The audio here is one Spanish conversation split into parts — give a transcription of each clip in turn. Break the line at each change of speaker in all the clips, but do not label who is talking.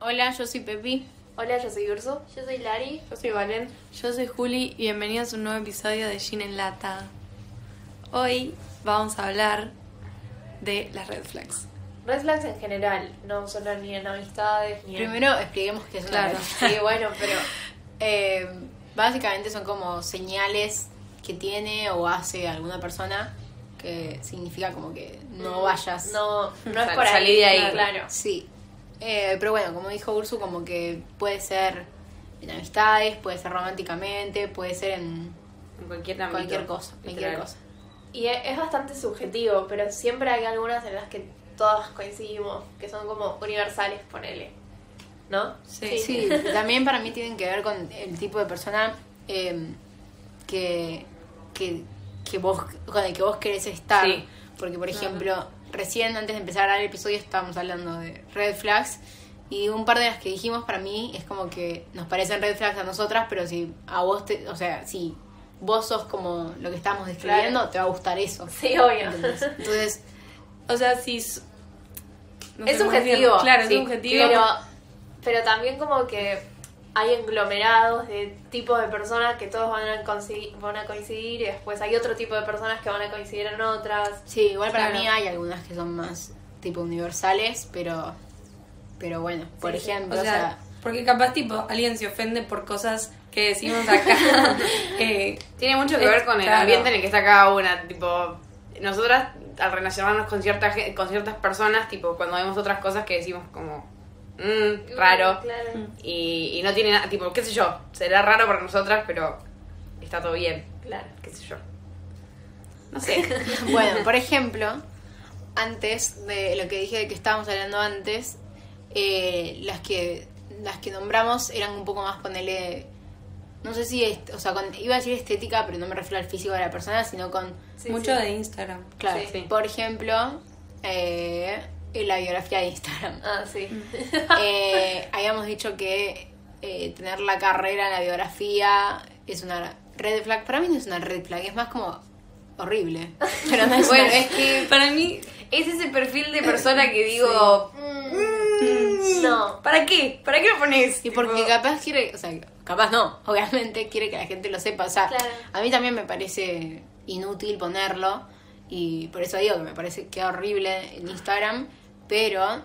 Hola, yo soy Pepi.
Hola, yo soy Urso.
Yo soy Lari.
Yo soy Valen.
Yo soy Juli y bienvenidos a un nuevo episodio de Gin en Lata. Hoy vamos a hablar de las red flags.
Red flags en general, no solo ni en amistades, ni en...
Primero expliquemos qué es una
Claro,
red flag.
sí, bueno, pero...
Eh, básicamente son como señales que tiene o hace alguna persona que significa como que no
Mm,
vayas.
No, no es
Sal-
por ahí.
salí de ahí.
Claro.
Sí. Eh, pero bueno, como dijo Ursu, como que puede ser en amistades, puede ser románticamente, puede ser en
En cualquier ámbito.
cualquier cosa, cualquier
literal.
cosa.
Y e- es bastante subjetivo, pero siempre hay algunas en las que todas coincidimos, que son como universales, ponele. ¿No?
Sí.
Sí, también para mí tienen que ver con el tipo de persona eh, que, que, que vos, con el que vos querés estar.
Sí.
Porque, por ejemplo, recién antes de empezar el episodio estábamos hablando de red flags y un par de las que dijimos para mí es como que nos parecen red flags a nosotras, pero si a vos, te, o sea, si vos sos como lo que estamos describiendo, te va a gustar eso.
Sí, obvio.
¿entendés? Entonces,
O sea, si... s- no
Es
sé cómo
subjetivo,
decirlo. Claro,
sí,
es subjetivo.
Pero, pero también como que hay englomerados de tipos de personas que todos van a, consi- van a coincidir y después hay otro tipo de personas que van a coincidir en otras.
Sí, igual para
Claro.
mí hay algunas que son más tipo universales, pero pero bueno, por
Sí, sí.
ejemplo,
O sea, porque capaz tipo alguien se ofende por cosas que decimos acá. eh,
Tiene mucho que ver con el
Claro.
ambiente en el que está cada una. Tipo, nosotras al relacionarnos con ciertas, con ciertas personas, tipo, cuando vemos otras cosas que decimos como, "Mm, raro.
Claro.
Y, y no tiene nada, tipo, qué sé yo, será raro para nosotras, pero está todo bien,
Claro.
qué sé yo. No sé.
bueno, por ejemplo, antes de lo que dije de que estábamos hablando antes, eh, las que las que nombramos eran un poco más ponerle no sé si, est- o sea, con- iba a decir estética, pero no me refiero al físico de la persona, sino con
Sí,
mucho
sí.
de Instagram.
claro,
Sí, sí.
por ejemplo, eh, la biografía de Instagram.
Ah, sí.
Eh, habíamos dicho que eh, tener la carrera, la biografía, es una red flag. Para mí no es una red flag, es más como horrible. Pero no es
Bueno,
una-
es que
Para mí,
es ese perfil de persona que digo,
Mm.
Mm, No.
¿para qué? ¿Para qué lo pones?
Y porque
Tipo,
capaz quiere, o sea, capaz no, obviamente quiere que la gente lo sepa. O sea,
Claro.
a mí también me parece inútil ponerlo. Y por eso digo que me parece que horrible en Instagram. Pero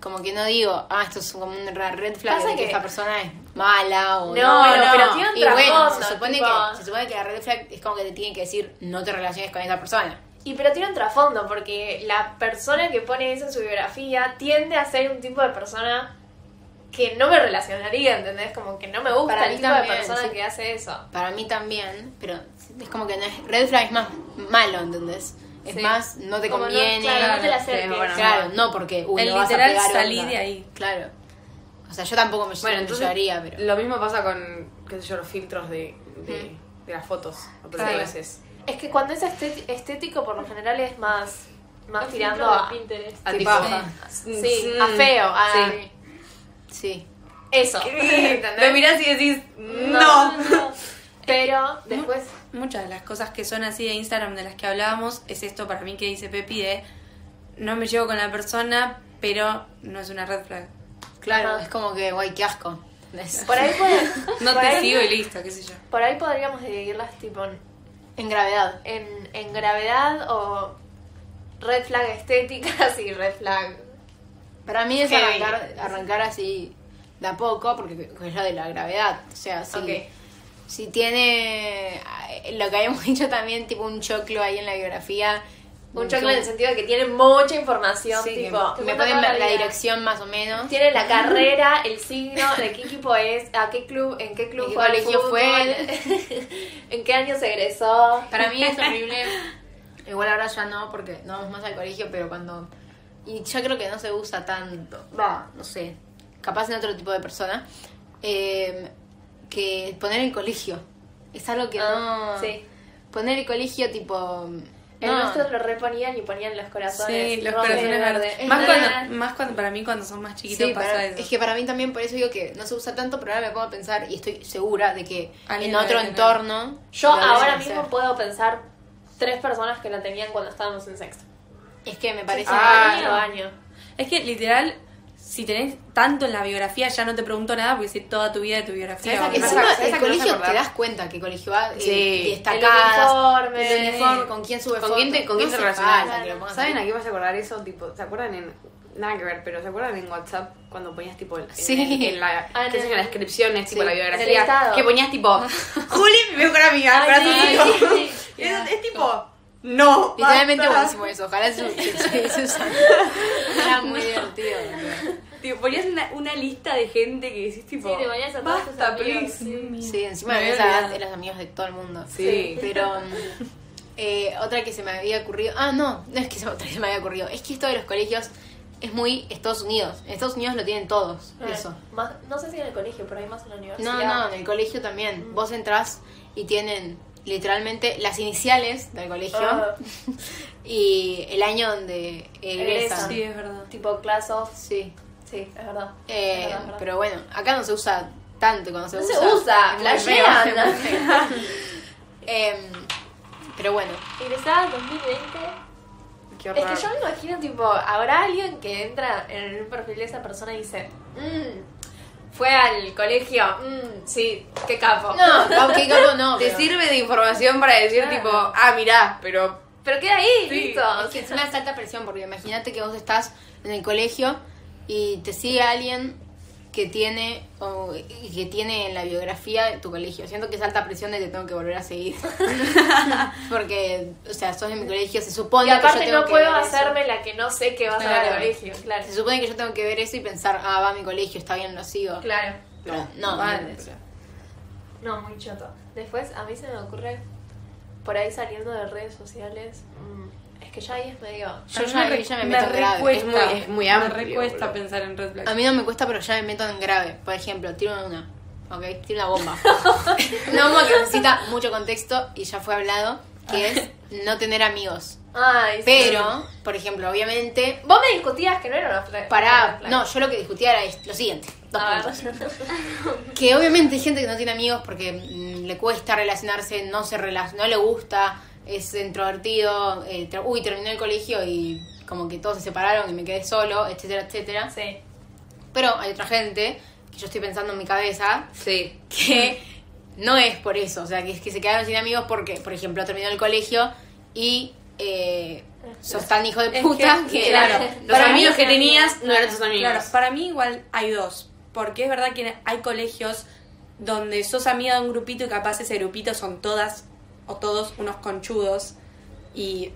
como que no digo, ah, esto es como una red flag
Pasa
de que,
que-
esta persona es mala o
No, bueno, pero tiene un
Y bueno, se
trasfondo,
supone,
tipo-
que, se supone que la red flag es como que te tienen que decir no te relaciones con esa persona.
Y pero tiene un trasfondo, porque la persona que pone eso en su biografía tiende a ser un tipo de persona que no me relacionaría, ¿entendés? Como que no me gusta
Para
el
mí
tipo
también,
de persona
sí.
que hace eso.
Para mí también, pero es como que no es, red flag es más malo, ¿entendés? Es
Sí.
más, no te
Como no-
conviene.
claro, no te la
Sí,
acerques.
bueno.
Claro, no porque uy,
El
no vas a
literal
pegar
salí
onda.
de ahí.
Claro. O sea, yo tampoco me,
Bueno,
me
entonces
llevaría, pero.
lo mismo pasa con, qué sé yo, los filtros de, de, de las fotos. O
Claro.
veces.
Es que cuando es estet- estético, por lo general es más, más tirando
ejemplo,
a...
de
Pinterest.
A
Tipo,
Ah, tipo,
Sí,
mm,
a feo, a...
sí.
Sí.
Eso.
Lo mirás y decís, no.
Pero después...
muchas de las cosas que son así de Instagram de las que hablábamos es esto para mí que dice Pepi de no me llevo con la persona, pero no es una red flag.
Claro,
Ajá.
es como que, guay, qué asco. Es-
Por ahí, puede-
No
por
te
ahí-
sigo y listo, qué sé yo.
Por ahí podríamos dividirlas tipo
En gravedad.
en, en gravedad o red flag estéticas y red flag.
Para mí es
Heavy.
arrancar, arrancar así de a poco, porque es lo de la gravedad. O sea, si,
Ok.
si tiene eh, lo que habíamos dicho también, tipo un choclo ahí en la biografía.
Un choclo en el
Sí,
sentido de que tiene mucha información,
que
tipo, pone
me ponen la, la dirección más o menos.
Tiene la carrera, el signo, de qué equipo es, a qué club, en qué club
¿En qué
juega el
colegio
fútbol,
fue?
en qué año se egresó.
Para mí es horrible. Igual ahora ya no, porque no vamos más al colegio, pero cuando. Y yo creo que no se usa tanto. Va, no sé. Capaz en otro tipo de persona. eh, que poner el colegio. Es algo que
Ah,
no.
sí.
Poner el colegio, tipo.
El
no.
nuestro lo reponían y ponían los corazones.
Sí, los
rojo y
corazones verdes.
verde.
Más
Es
cuando,
verdad.
más cuando para mí cuando son más chiquitos
Sí,
pasa
para-
eso.
es que para mí también por eso digo que no se usa tanto, pero ahora me pongo a pensar y estoy segura de que
Alguien
en
lo
otro
debe tener.
entorno.
Yo
lo deben
ahora
hacer.
mismo puedo pensar tres personas que la tenían cuando estábamos en sexto.
Es que me parece.
Ah,
año, año.
Es que literal, si tenés tanto en la biografía, ya no te pregunto nada porque sé toda tu vida de tu biografía.
¿Sabes a qué
boludo.
Encima,
me vas a- esa
el
que
colegio
me vas a
te
acordar.
das cuenta que colegio va eh,
Sí.
destacadas,
El uniforme.
el uniforme, con quién sube
¿Con quién te,
fotos,
con quién
no
te
hace falta que lo
relacionas?
pongas
¿Saben
ahí.
a qué vas a acordar eso? Tipo, ¿Se acuerdan en.? Nada que ver, pero ¿se acuerdan en WhatsApp cuando ponías tipo. En,
Sí.
en- en la,
Ah, en
¿qué sé yo, en
el-
las descripciones, tipo
sí.
la
En el
biografía.
estado.
Que ponías tipo. Juli, mi mejor amiga.
Ay, sí,
corazoncito.
sí, sí.
Y eso Es, tipo. No.
Literalmente
basta.
buenísimo eso, ojalá se se- se usara. Era muy divertido. boludo.
Tipo, ponías una, una lista de gente que decís tipo.
Sí, te ponías a todos tus
Basta,
amigos,
please.
sí.
Sí, encima
Me
de
había
esa edad
olvidado.
eras amigos de todo el mundo.
Sí.
Pero mm, eh, otra que se me había ocurrido. Ah, no, no es que se, otra que se me había ocurrido. Es que esto de los colegios es muy Estados Unidos. En Estados Unidos lo tienen todos, eso.
Más- no sé si en el colegio, pero hay más en la universidad.
No, no, en el colegio también. Vos entrás y tienen literalmente las iniciales del colegio
Ah,
y el año donde egresan.
Egresan.
Sí, es verdad.
Ah, tipo class off.
Sí.
Sí, es verdad.
Eh,
Es verdad, es verdad.
pero bueno, acá no se usa tanto cuando se
No
usa.
se usa,
es muy
flashean.
feo, es muy feo. Em, pero bueno,
Egresada 2020.
Qué
Es
horror.
que yo me imagino, tipo, habrá alguien que entra en el perfil de esa persona y dice, "Mm, fue al colegio, mm, sí, qué capo.
no, qué capo no.
Te
pero-
sirve de información para decir
Claro.
tipo. Ah, mirá, pero.
Pero queda ahí,
Sí.
listo.
Es que encima es alta presión, porque imagínate que vos estás en el colegio y te sigue alguien que tiene o, y que tiene en la biografía de tu colegio. Siento que es alta presión de que tengo que volver a seguir. porque, o sea, sos de mi colegio, se supone
y aparte
que yo tengo
no
que
puedo
ver eso.
hacerme la que no sé que va a ser al
Claro.
colegio, claro.
Se supone que yo tengo que ver eso y pensar, ah, va a mi colegio, está bien, lo sigo.
Claro.
No.
No,
Vale.
No, muy choto. Después a mí se me ocurre, por ahí saliendo de redes sociales, mm, es que ya ahí es medio...
yo
A mí
ya ahí ya me meto en grave.
recuesta,
Es muy- es muy amplio,
Me recuesta
boludo.
pensar en red flags.
A mí no me cuesta, pero ya me meto en grave. Por ejemplo, tiro una. Ok, tiro una bomba. una bomba que necesita mucho contexto y ya fue hablado,
Ah.
que es no tener amigos.
Ay, sí.
Pero, por ejemplo, obviamente...
Vos me discutías que no era una fla-
Para,
una fla-
no, yo lo que discutía era esto- lo siguiente, dos
A
puntos.
ver.
Que obviamente hay gente que no tiene amigos porque mm, le cuesta relacionarse, no se rela- no le gusta, es introvertido, eh, tra- uy, terminé el colegio y como que todos se separaron y me quedé solo, etcétera, etcétera.
Sí.
Pero hay otra gente, que yo estoy pensando en mi cabeza,
Sí.
que no es por eso, o sea, que es que se quedaron sin amigos porque, por ejemplo, terminó el colegio y eh, sos tan hijo de
Es
puta
que-
que,
claro,
Los
Para mí
amigos
no
que
son
tenías no eran tus amigos.
Claro, para mí igual hay dos, porque es verdad que hay colegios donde sos amiga de un grupito y capaz ese grupito son todas o todos unos conchudos y,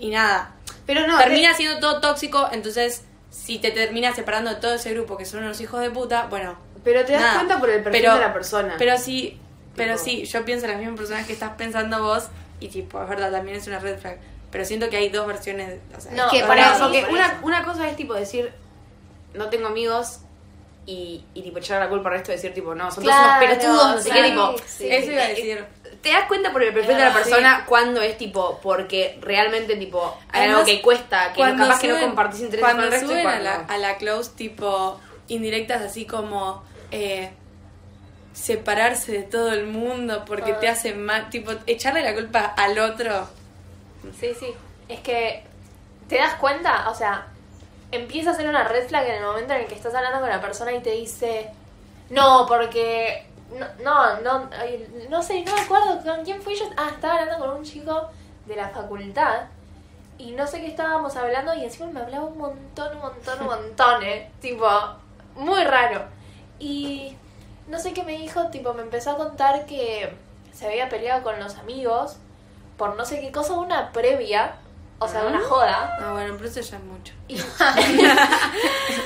y nada.
Pero no.
termina siendo todo tóxico, entonces si te terminas separando de todo ese grupo que son unos hijos de puta, bueno.
Pero te das
nada.
cuenta por el perfil
Pero-
de la persona.
Pero sí, pero
Ah. Tipo-
sí, yo pienso en las mismas personas que estás pensando vos y tipo, es verdad, también es una red flag. Pero siento que hay dos versiones. o sea,
No,
hay
que
dos
para
lados.
eso
Eh, porque
por
una,
eso.
una cosa es tipo decir, no tengo amigos y, y tipo echar la culpa al resto y decir tipo, no, son todos
Claro,
unos pelotudos, no sé qué,
claro.
tipo.
Sí.
Eso iba a decir.
Te das cuenta por el perfil de la
Sí.
persona cuando es tipo, porque realmente tipo hay
Además,
algo que cuesta, que no-
cuando
capaz que no
suben-
compartís intereses
cuando
con el resto y
suben a
cuando-
la, a la close tipo indirectas así como eh, separarse de todo el mundo porque
Ah.
te hace mal tipo echarle la culpa al otro
Sí, sí. Es que te das cuenta, o sea, empieza a ser una red flag en el momento en el que estás hablando con la persona y te dice, no, porque... No, no, no, ay, no sé, no me acuerdo con quién fui yo. Ah, estaba hablando con un chico de la facultad y no sé qué estábamos hablando y encima me hablaba un montón, un montón, un montón, ¿eh? Tipo, muy raro. Y no sé qué me dijo, tipo, me empezó a contar que se había peleado con los amigos por no sé qué cosa, una previa, o sea, una joda.
ah bueno pero eso ya es mucho
Y,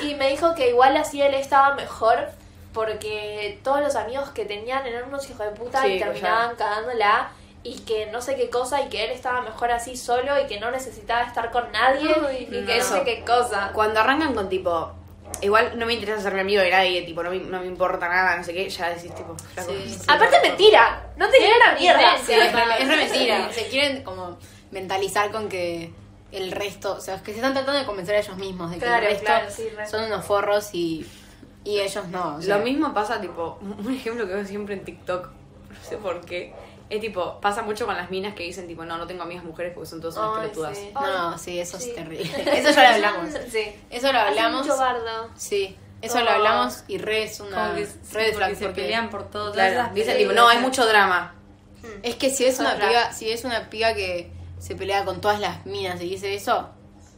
y me dijo que igual así él estaba mejor porque todos los amigos que tenían eran unos hijos de puta
Sí,
y terminaban cagándola y que no sé qué cosa y que él estaba mejor así solo y que no necesitaba estar con nadie y que no
eso.
sé qué cosa.
Cuando arrancan con tipo, igual no me interesa ser mi amigo de nadie, tipo, no me, no me importa nada, no sé qué, ya decís tipo, flaco.
Sí, sí.
Aparte mentira, no tenía una mierda.
Sí, es re- es re mentira. Se quieren como mentalizar con que el resto, o sea, es que se están tratando de convencer a ellos mismos de que
Claro,
el resto
claro, sí, re.
son unos forros y, y ellos no. o sea.
Lo mismo pasa, tipo, un ejemplo que veo siempre en TikTok, no sé por qué, Es tipo, pasa mucho con las minas que dicen, tipo, no, no tengo amigas mujeres porque son todas unas
Ay,
pelotudas.
sí.
No, sí, eso
Sí.
es terrible. Eso ya lo hablamos.
Sí.
Eso lo hablamos.
Hace mucho bardo.
Sí, eso lo
Oh.
hablamos y re es una
Como que
red
sí,
flag
porque se
porque-
pelean por todo. todas
Claro,
esas
dicen,
peleas.
tipo, no, hay mucho drama.
Es que si es una
Otra.
piba, si es una piba que se pelea con todas las minas y dice eso,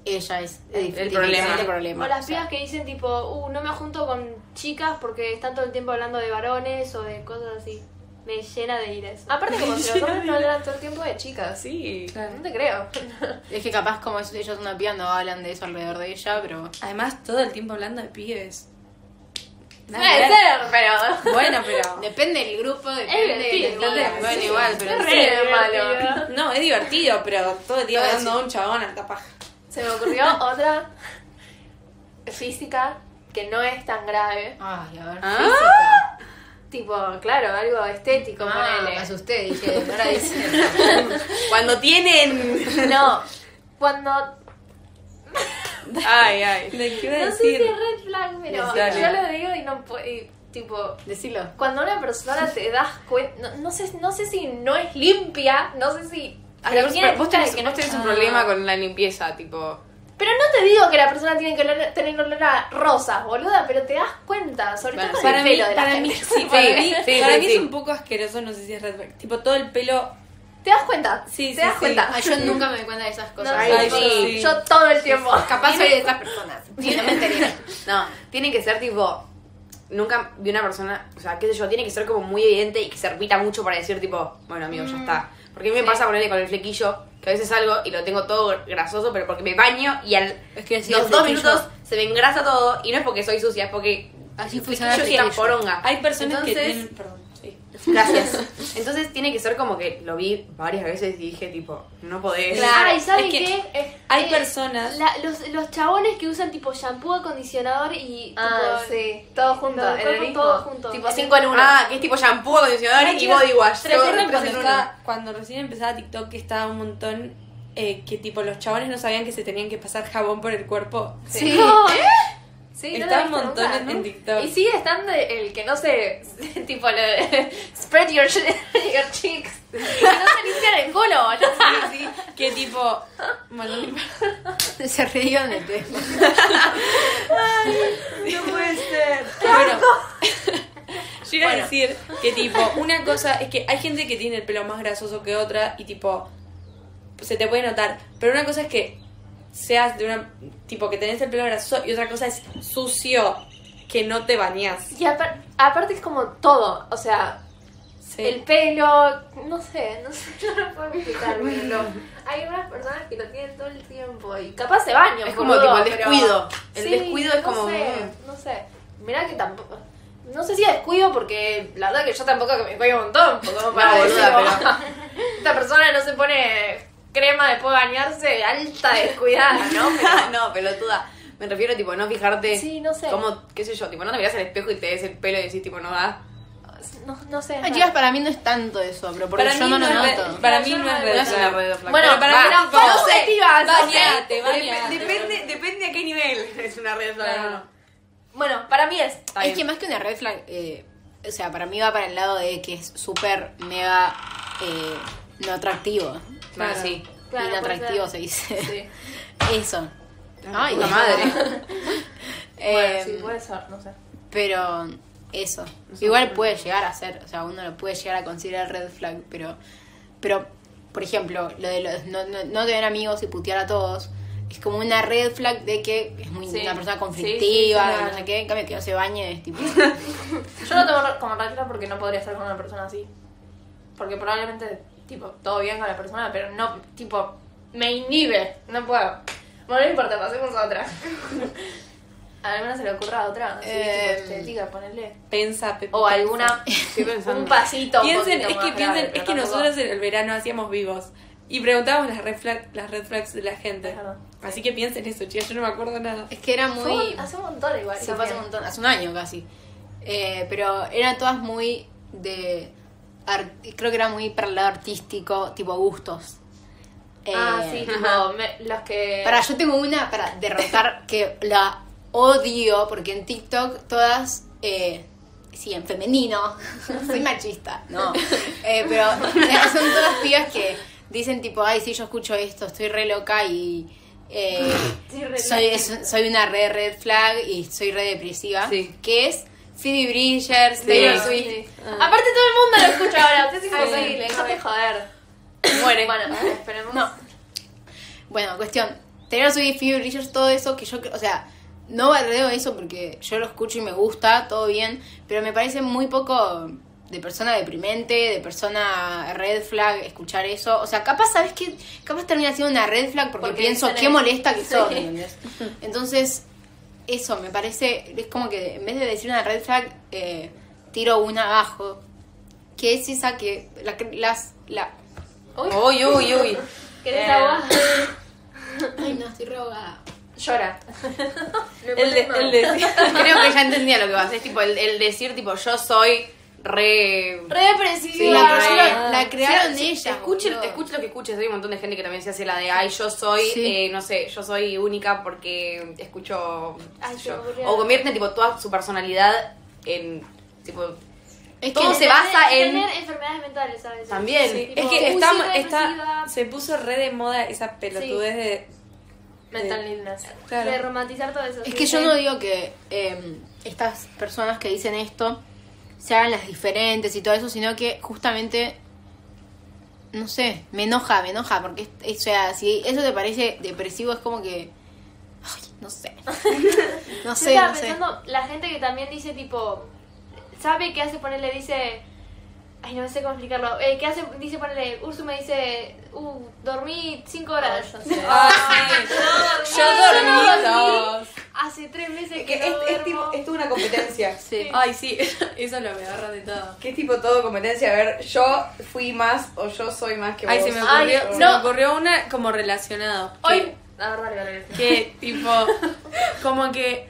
ella es
El- el
difícil,
problema.
el problema.
O las
O sea,
pibas que dicen tipo, uh, no me junto con chicas porque están todo el tiempo hablando de varones o de cosas así. Me llena de ira eso. Aparte como si los hombres no hablaran todo el tiempo de chicas.
Sí.
No te creo.
Es que capaz como es- ella es una piba no hablan de eso alrededor de ella, pero
Además, todo el tiempo hablando de pibes. Nada que
Eh,
Eh,
ver.
Puede ser, pero...
Bueno, pero.
depende del grupo, depende de
divertido,
las minas.
sí.
Bueno, igual, pero
Es
sí.
re
malo.
divertido.
No, es divertido, pero todo el día
Todo
hablando de un chabón alta paja.
Se me ocurrió otra física que no es tan grave.
Ay, a ver.
Ah.
física.
Tipo, claro, algo estético,
Ah,
ponele.
me asusté, dije, ahora dice.
Cuando tienen.
No, cuando...
Ay, ay.
¿De qué
No sé si es red flag, pero
Decilo.
yo lo digo y no puedo... y, Tipo,
Decilo.
cuando una persona te das cuenta, no, no sé, no sé si no es limpia, no sé si...
Pero
tiene
vos
pinta de
tenés,
que
vos
no-
tenés un problema con la limpieza, tipo.
Pero no te digo que la persona tiene que oler- tener olor a rosas, boluda, pero te das cuenta, sobre todo
Bueno,
Para
con el
sí.
mí,
pelo de la
para mí,
gente.
sí, para mí,
Sí,
para
sí,
mí
sí.
es un poco asqueroso, no sé si es red flag. Tipo, todo el pelo.
¿Te das cuenta?
Sí, sí,
¿Te das
sí.
cuenta?
Ay, yo nunca me doy cuenta de esas
No,
cosas.
sí,
Ay, sí.
sí. Yo todo el tiempo.
Capaz soy de esas personas. Y no me enteré.
No, tiene que ser tipo. Nunca vi una persona, o sea, qué sé yo, tiene que ser como muy evidente y que se repita mucho para decir, tipo, bueno, amigo, ya está. Porque a mí me pasa ponerle con el flequillo, que a veces salgo y lo tengo todo grasoso, pero porque me baño y al
Es que sí,
los
el
dos
flequillo.
minutos se me engrasa todo y no es porque soy sucia, es porque
Así
el
funciona el
flequillo es tan
flequillo.
poronga.
Hay personas que
Entonces-
tienen. Perdón, sí.
Gracias. Entonces tiene que ser como que lo vi varias veces y dije, tipo, no podés.
Claro,
Ay, ¿saben
es que
qué? Eh,
Hay
eh,
personas.
la- los, los chabones que usan tipo shampoo, acondicionador y.
Ah,
tipo,
sí.
Todos
juntos,
Todos
en el mismo.
Todos juntos.
Tipo 5 en 1. Ah, que es tipo shampoo, acondicionador y body wash.
¿Se acuerdan
Todo tres en
cuando,
uno.
estaba- cuando recién empezaba TikTok que estaba un montón eh, que tipo los chabones no sabían que se tenían que pasar jabón por el cuerpo?
Sí. Sí, no lo
Está
viste
un montón
nunca,
en-
¿no?
en TikTok.
Y sigue estando el que no se. Tipo, lo de- spread your, your cheeks. Que no se limpian el culo, ¿no?
Sí, que tipo, bueno, no importa.
Se rieron del tema.
Bueno, yo iba a decir que tipo, una cosa es que hay gente que tiene el pelo más grasoso que otra y tipo, se te puede notar, pero una cosa es que seas de una, tipo, que tenés el pelo grasoso y otra cosa es sucio, que no te bañas.
Y apar- aparte es como todo. O sea,
Sí.
El pelo, no sé, no sé, no lo puedo explicar, pero hay unas personas que lo tienen todo el tiempo y capaz se bañan.
Es como
boludo,
tipo el
pero-
descuido. El
Sí,
descuido es
no
como.
Sé,
mm.
no sé, mirá que tampoco... No sé si es descuido porque la verdad que yo tampoco que me cuello un montón, porque como para
No,
decir,
boluda,
como, esta persona no se pone crema después de bañarse, alta descuidada, ¿no? Pero-
Ah, no, pelotuda. Me refiero tipo no fijarte.
Sí, no sé.
Como, qué sé yo, tipo, no te miras al espejo y te des el pelo y decís tipo no da.
No, no sé. es
Ay, chicas,
raro.
para mí no es tanto eso, pero porque
Para
yo
mí
no lo
no es
noto.
re- para mí no es
No
red
es una
flag.
red flag.
Bueno,
pero
para
va,
mí no,
tipo,
para
no sé.
objetivas,
Bañate, bañate.
Depende, depende a qué nivel es una red flag.
Claro.
no, no.
Bueno, para mí es...
Está
Es que
bien.
más que una red flag, eh, o sea, para mí va para el lado de que es súper, mega, eh, no atractivo.
Bueno,
Claro.
sí.
Claro,
Inatractivo
puede
se
ser.
dice.
Sí.
Eso. Ay,
puta madre.
Bueno,
Eh,
sí, puede ser, no sé.
Pero eso. Igual puede llegar a ser, o sea, uno lo puede llegar a considerar red flag, pero, pero por ejemplo, lo de los, no, no, no tener amigos y putear a todos, es como una red flag de que es muy,
Sí.
una persona
Sí,
conflictiva,
sí, sí,
no sé qué, en cambio que no se bañe es tipo...
Yo no tengo como red flag porque no podría estar con una persona así. Porque probablemente, tipo, todo bien con la persona, pero no, tipo, me inhibe. No puedo. Bueno, no importa, pasemos a otra. a alguna se le ocurra otra, así,
Eh,
tipo, estética, ponerle.
Pensa, Pepe,
O
pensa.
alguna,
Estoy pensando.
un pasito un
Piensen, es
poquito
que
más grave,
piensen,
pero
es que
tampoco-
nosotros en el verano hacíamos vivos y preguntábamos las red, flag- las red flags de la gente.
Es verdad.
Así que piensen eso, chicas, yo no me acuerdo nada.
es que era
Fue
muy...
un- Hace un montón igual.
Sí, fue
también.
hace un montón, hace un año casi. Eh, pero eran todas muy de... ar- creo que era muy para el lado artístico, tipo gustos.
Ah,
Eh,
sí, tipo, me- los que...
Para, yo tengo una para derrotar que la odio, porque en TikTok todas eh, sí, en femenino, soy machista, no, Eh, pero son todas pibas que dicen tipo, ay, sí, yo escucho esto, estoy re loca y eh,
Sí, re
soy,
loca.
es- soy una re red flag y soy re depresiva,
Sí.
que es Phoebe Bridgers, Taylor Swift,
Ah. Aparte todo el mundo lo escucha ahora, es imposible,
sí.
déjame joder.
muere.
Bueno, esperemos.
No. Bueno, cuestión. Taylor Swift, Phoebe Bridgers, todo eso que yo, cre- o sea, no bardeo eso porque yo lo escucho y me gusta, todo bien, pero me parece muy poco de persona deprimente, de persona red flag escuchar eso. O sea, capaz, ¿sabes qué? Capaz termina siendo una red flag porque,
Porque
pienso
dicen
qué
el-
molesta que
Sí.
sos, ¿entendés? Entonces, eso me parece, es como que en vez de decir una red flag, eh, tiro una abajo, que es esa que la, que- las... La,
Uy, uy, uy.
¿Querés agua?
Ay, no, estoy re ahogada.
Llora.
El, de- el decir. Creo que ya entendía lo que vas a hacer. Es tipo el, el decir, tipo, yo soy re.
Re depresiva.
Sí, la, crearon, la crearon
Sí,
ellas.
Escuche,
boludo.
escuche lo que escuches. Hay un montón de gente que también se hace la de, ay, yo soy,
Sí.
eh, no sé, yo soy única porque escucho. qué
Ay,
sé
qué
yo.
aburrida.
O convierten, tipo, toda su personalidad en. Tipo,
Es
todo
que
se basa en-
Tener enfermedades mentales, ¿sabes?
También.
Sí,
Tipo,
es que
uy,
está,
soy re
está,
depresiva.
se puso re de moda esa pelotudez de...
Mental illness.
Claro.
De romantizar todo eso.
Es
sí,
que yo
sí.
no digo que eh, estas personas que dicen esto se hagan las diferentes y todo eso, sino que justamente, no sé, me enoja, me enoja, porque, es- o sea, si eso te parece depresivo es como que, ay, no sé, no
Yo
sé,
estaba
no sé.
pensando, la gente que también dice, tipo, ¿sabe qué hace ponerle? Dice, ay, no sé cómo explicarlo. Eh, ¿Qué hace? Dice ponerle, Úrsula me dice, uh, dormí cinco horas. Ah,
Yo dormí dos.
Hace tres meses que,
que
no
es, es
duermo.
tipo, es toda una competencia.
Sí.
Ay, sí, eso es lo me agarra de todo.
Que es tipo todo competencia. A ver, yo fui más o yo soy más que
Ay,
vos.
se me
Ay,
ocurrió,
no.
se me ocurrió una como relacionado. que-
Hoy... A ver, vale, vale.
Que tipo, como que...